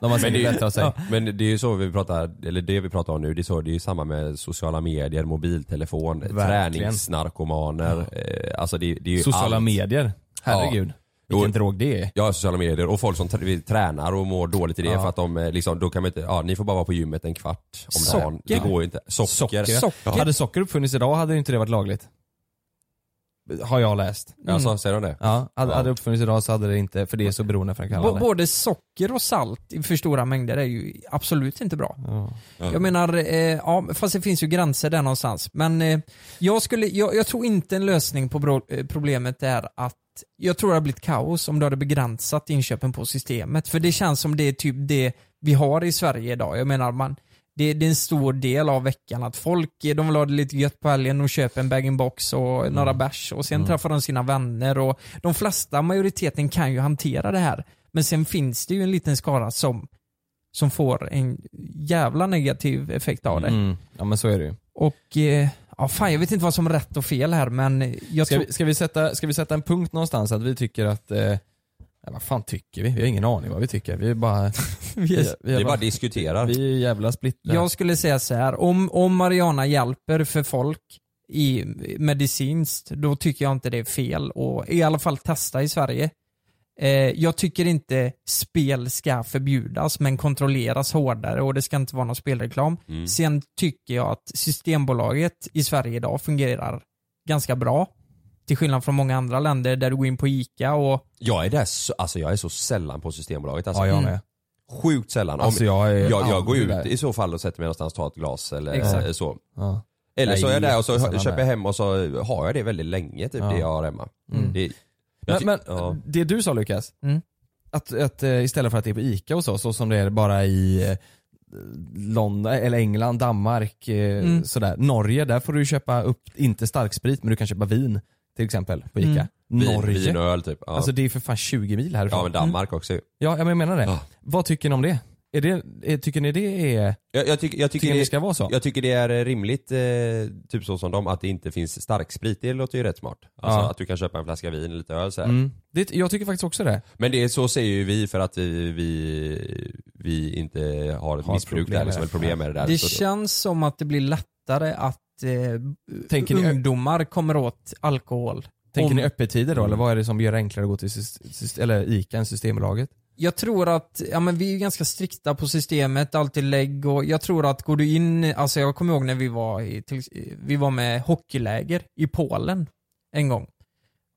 S10: De har säkert
S4: det är ju-
S10: bättre att säga.
S4: Men det är ju så vi pratar, eller det vi pratar om nu, det är, så, det är ju samma med sociala medier, mobiltelefon,
S10: Verkligen.
S4: träningsnarkomaner. eh, Alltså det, det är ju
S10: Sociala
S4: allt.
S10: medier. Herregud. Vilken drog det är.
S4: Ja, sociala medier och folk som tr- vill- tränar och mår dåligt i det
S10: Ja.
S4: för att de eh, liksom, då kan man inte, ja ni får bara vara på gymmet en kvart om dagen. Det
S10: Socker.
S4: går ju inte. Socker.
S10: Socker. Hade socker uppfunnits idag hade inte det varit lagligt. Har jag läst.
S4: Mm. Alltså, säger de det?
S10: Ja, hade,
S4: Ja.
S10: hade det uppfunnits idag så hade det inte, för det är så beroendeframkallande.
S5: B- både socker och salt i för stora mängder är ju absolut inte bra. Jag menar, eh, ja, fast det finns ju gränser där någonstans. Men eh, jag, skulle, jag, jag tror inte en lösning på bro, eh, problemet är att jag tror det har blivit kaos om du hade begränsat inköpen på systemet. För det känns som det är typ det vi har i Sverige idag. Jag menar, man, det, det är en stor del av veckan att folk eh, de vill ha det lite gött på helgen och köper en bag-in-box och några bärs och sen
S10: Mm.
S5: träffar de sina vänner och de flesta, majoriteten kan ju hantera det här. Men sen finns det ju en liten skara som, som får en jävla negativ effekt av det.
S10: Mm. Ja men så är det ju.
S5: Och eh, ja, fan jag vet inte vad som är rätt och fel här men jag
S10: Ska
S5: tror...
S10: vi, ska, vi sätta, ska vi sätta en punkt någonstans att vi tycker att, eh, ja, vad fan tycker vi? Vi har ingen aning vad vi tycker. Vi är bara...
S5: Vi är-
S4: Vi bara diskuterar.
S10: Vi är jävla splittrade.
S5: Jag skulle säga så här, om, om Mariana hjälper för folk i medicinskt, då tycker jag inte det är fel och i alla fall testa i Sverige. Eh, jag tycker inte spel ska förbjudas men kontrolleras hårdare och det ska inte vara någon spelreklam.
S10: Mm.
S5: Sen tycker jag att Systembolaget i Sverige idag fungerar ganska bra. Till skillnad från många andra länder där du går in på ICA och
S4: Jag är där så, alltså jag är så sällan på Systembolaget alltså.
S10: Ja, jag
S6: Mm.
S5: med.
S4: Sjukt sällan. Om-
S10: Alltså, jag är
S4: jag, jag
S10: aldrig
S4: går ut
S10: där.
S4: i så fall och sätter mig någonstans och tar ett glas eller
S10: Exakt.
S4: Eh, så.
S10: Ja.
S4: Eller så är jag där och så
S10: jättesällan
S4: köper
S10: där.
S4: jag hem och så har jag det väldigt länge typ
S10: Ja.
S4: det jag har hemma.
S10: Mm.
S4: Det, jag
S10: Men,
S4: ty-
S10: men
S4: ja.
S10: det du sa Lukas,
S5: Mm.
S10: att, att eh, istället för att det är på ICA och så, så som det är bara i eh, London, eller England, Danmark, eh,
S5: Mm.
S10: sådär. Norge, där får du köpa upp, inte starksprit, men du kan köpa vin till exempel på ICA.
S5: Mm.
S4: Vin-
S10: Norge.
S4: vin och öl, typ. Ja.
S10: Alltså det är för fan 20 mil härifrån.
S4: ja men Danmark också ju.
S10: Ja, men jag menar det. Vad tycker ni om det? Är det är, tycker ni det är...
S4: Jag, jag, tycker, jag, tycker
S10: Tycker ni
S4: det,
S10: det ska vara så?
S4: jag tycker det är rimligt, eh, typ så som de, att det inte finns starksprit. Det låter ju rätt smart. Alltså
S10: Ja.
S4: att du kan köpa en flaska vin, lite öl så här.
S10: Mm. det? Jag tycker faktiskt också det.
S4: Men det är, så säger ju vi för att vi, vi, vi inte har ett
S10: Har
S4: missbruk
S10: problem
S4: där,
S10: med
S4: liksom,
S10: det.
S4: ett problem med det där.
S5: Det
S4: Så-
S5: känns som att det blir lättare att eh,
S10: Tänker ni-
S5: ungdomar kommer åt alkohol.
S10: Tänker
S5: Om-
S10: ni öppettider då, eller vad är det som gör det enklare att gå till syst, syst, eller ICA än Systembolaget?
S5: Jag tror att, ja men vi är ju ganska strikta på systemet, alltid lägg och jag tror att går du in, alltså jag kommer ihåg när vi var i, till, vi var med hockeyläger i Polen en gång.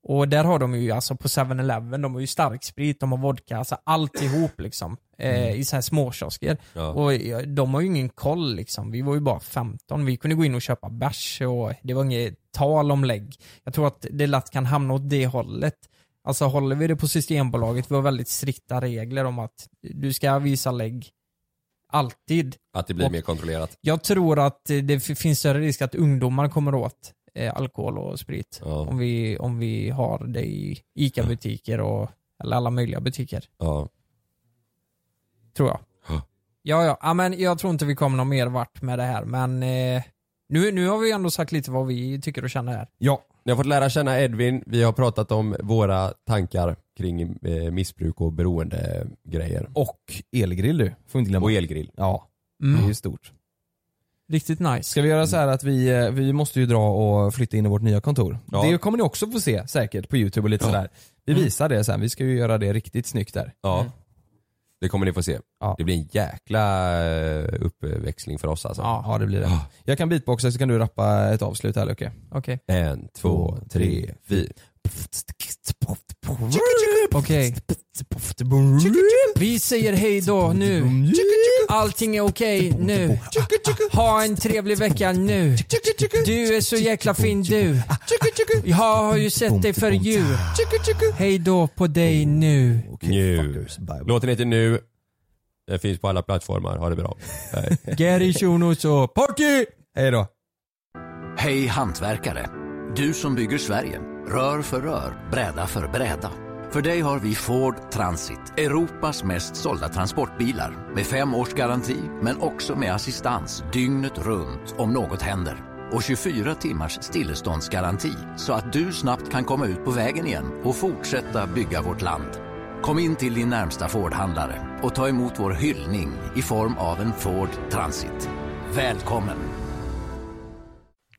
S5: Och där har de ju alltså på 7-Eleven, de har ju starksprit, de har vodka, alltså alltihop liksom. Eh, I så här småkiosker.
S4: Mm. Ja.
S5: Och ja, de har ju ingen koll liksom. Vi var ju bara 15, vi kunde gå in och köpa bärs och det var inget tal om lägg. Jag tror att det lätt kan hamna åt det hållet. Alltså håller vi det på Systembolaget, vi har väldigt strikta regler om att du ska visa lägg alltid.
S4: Att det blir
S5: Och-
S4: mer kontrollerat.
S5: Jag tror att eh, det f- finns större risk att ungdomar kommer åt eh, alkohol och sprit. Om, vi, om vi har det i ICA-butiker och eller alla möjliga butiker.
S4: Ja.
S5: Tror jag. Ja, ja. ja men jag tror inte vi kommer någon mer vart med det här men eh,
S4: Nu, nu har vi ändå sagt lite vad vi tycker och känner här.
S5: Ja. Ni har fått lära känna Edvin, vi har pratat om våra tankar kring eh, missbruk och beroendegrejer.
S15: Och elgrill du, får inte glömma.
S5: Och elgrill.
S15: Ja,
S4: Mm.
S15: det är ju stort.
S4: Riktigt nice.
S15: Ska vi göra så här att vi, eh, vi måste ju dra och flytta in i vårt nya kontor.
S5: Ja.
S15: Det kommer ni också få se säkert på youtube och lite sådär. Vi
S4: Mm.
S15: visar det sen, vi ska ju göra det riktigt snyggt där.
S5: Ja. Det kommer ni få se. Det blir en jäkla eh, uppväxling för oss alltså.
S15: Ja, det blir det. Jag kan beatboxa så kan du rappa ett avslut här Lucke.
S4: Okej.
S5: En, två, tre, fyra.
S4: Okej. Mm. Vi säger hej då nu. Allting är okej nu. Ha en trevlig vecka nu. Du är så jäkla fin du. Jag har ju sett dig för djur. Hej då på dig nu.
S5: Nu. Låten heter Nu. Den finns på alla plattformar. Ha det bra. Hej.
S4: Gary Shunos och Party!
S15: Hej då.
S10: Hej hantverkare! Du som bygger Sverige, rör för rör, bräda för bräda. För dig har vi Ford Transit, Europas mest sålda transportbilar. Med fem års garanti, men också med assistans dygnet runt om något händer. Och 24 timmars stilleståndsgaranti, så att du snabbt kan komma ut på vägen igen och fortsätta bygga vårt land. Kom in till din närmsta Ford-handlare och ta emot vår hyllning i form av en Ford Transit. Välkommen!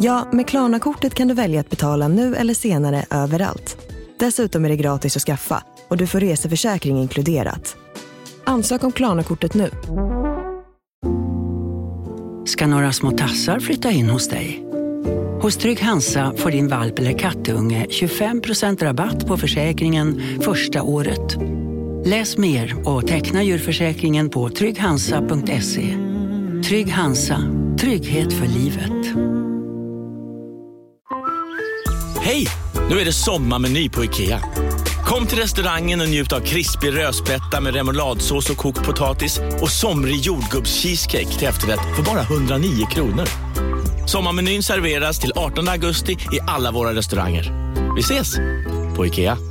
S14: Ja, med Klarna-kortet kan du välja att betala nu eller senare överallt. Dessutom är det gratis att skaffa och du får reseförsäkring inkluderat. Ansök om Klarna-kortet nu.
S9: ska några små tassar flytta in hos dig. Hos Trygg Hansa får din valp eller kattunge 25% rabatt på försäkringen första året. Läs mer och teckna djurförsäkringen på trygghansa.se. Trygg Hansa, trygghet för livet.
S7: Hej! Nu är det sommarmeny på IKEA. Kom till restaurangen och njut av krispig rödspätta med remouladsås och kokt potatis och somrig jordgubbscheesecake till efterrätt för bara 109 kronor. Sommarmenyn serveras till 18 augusti i alla våra restauranger. Vi ses! På IKEA.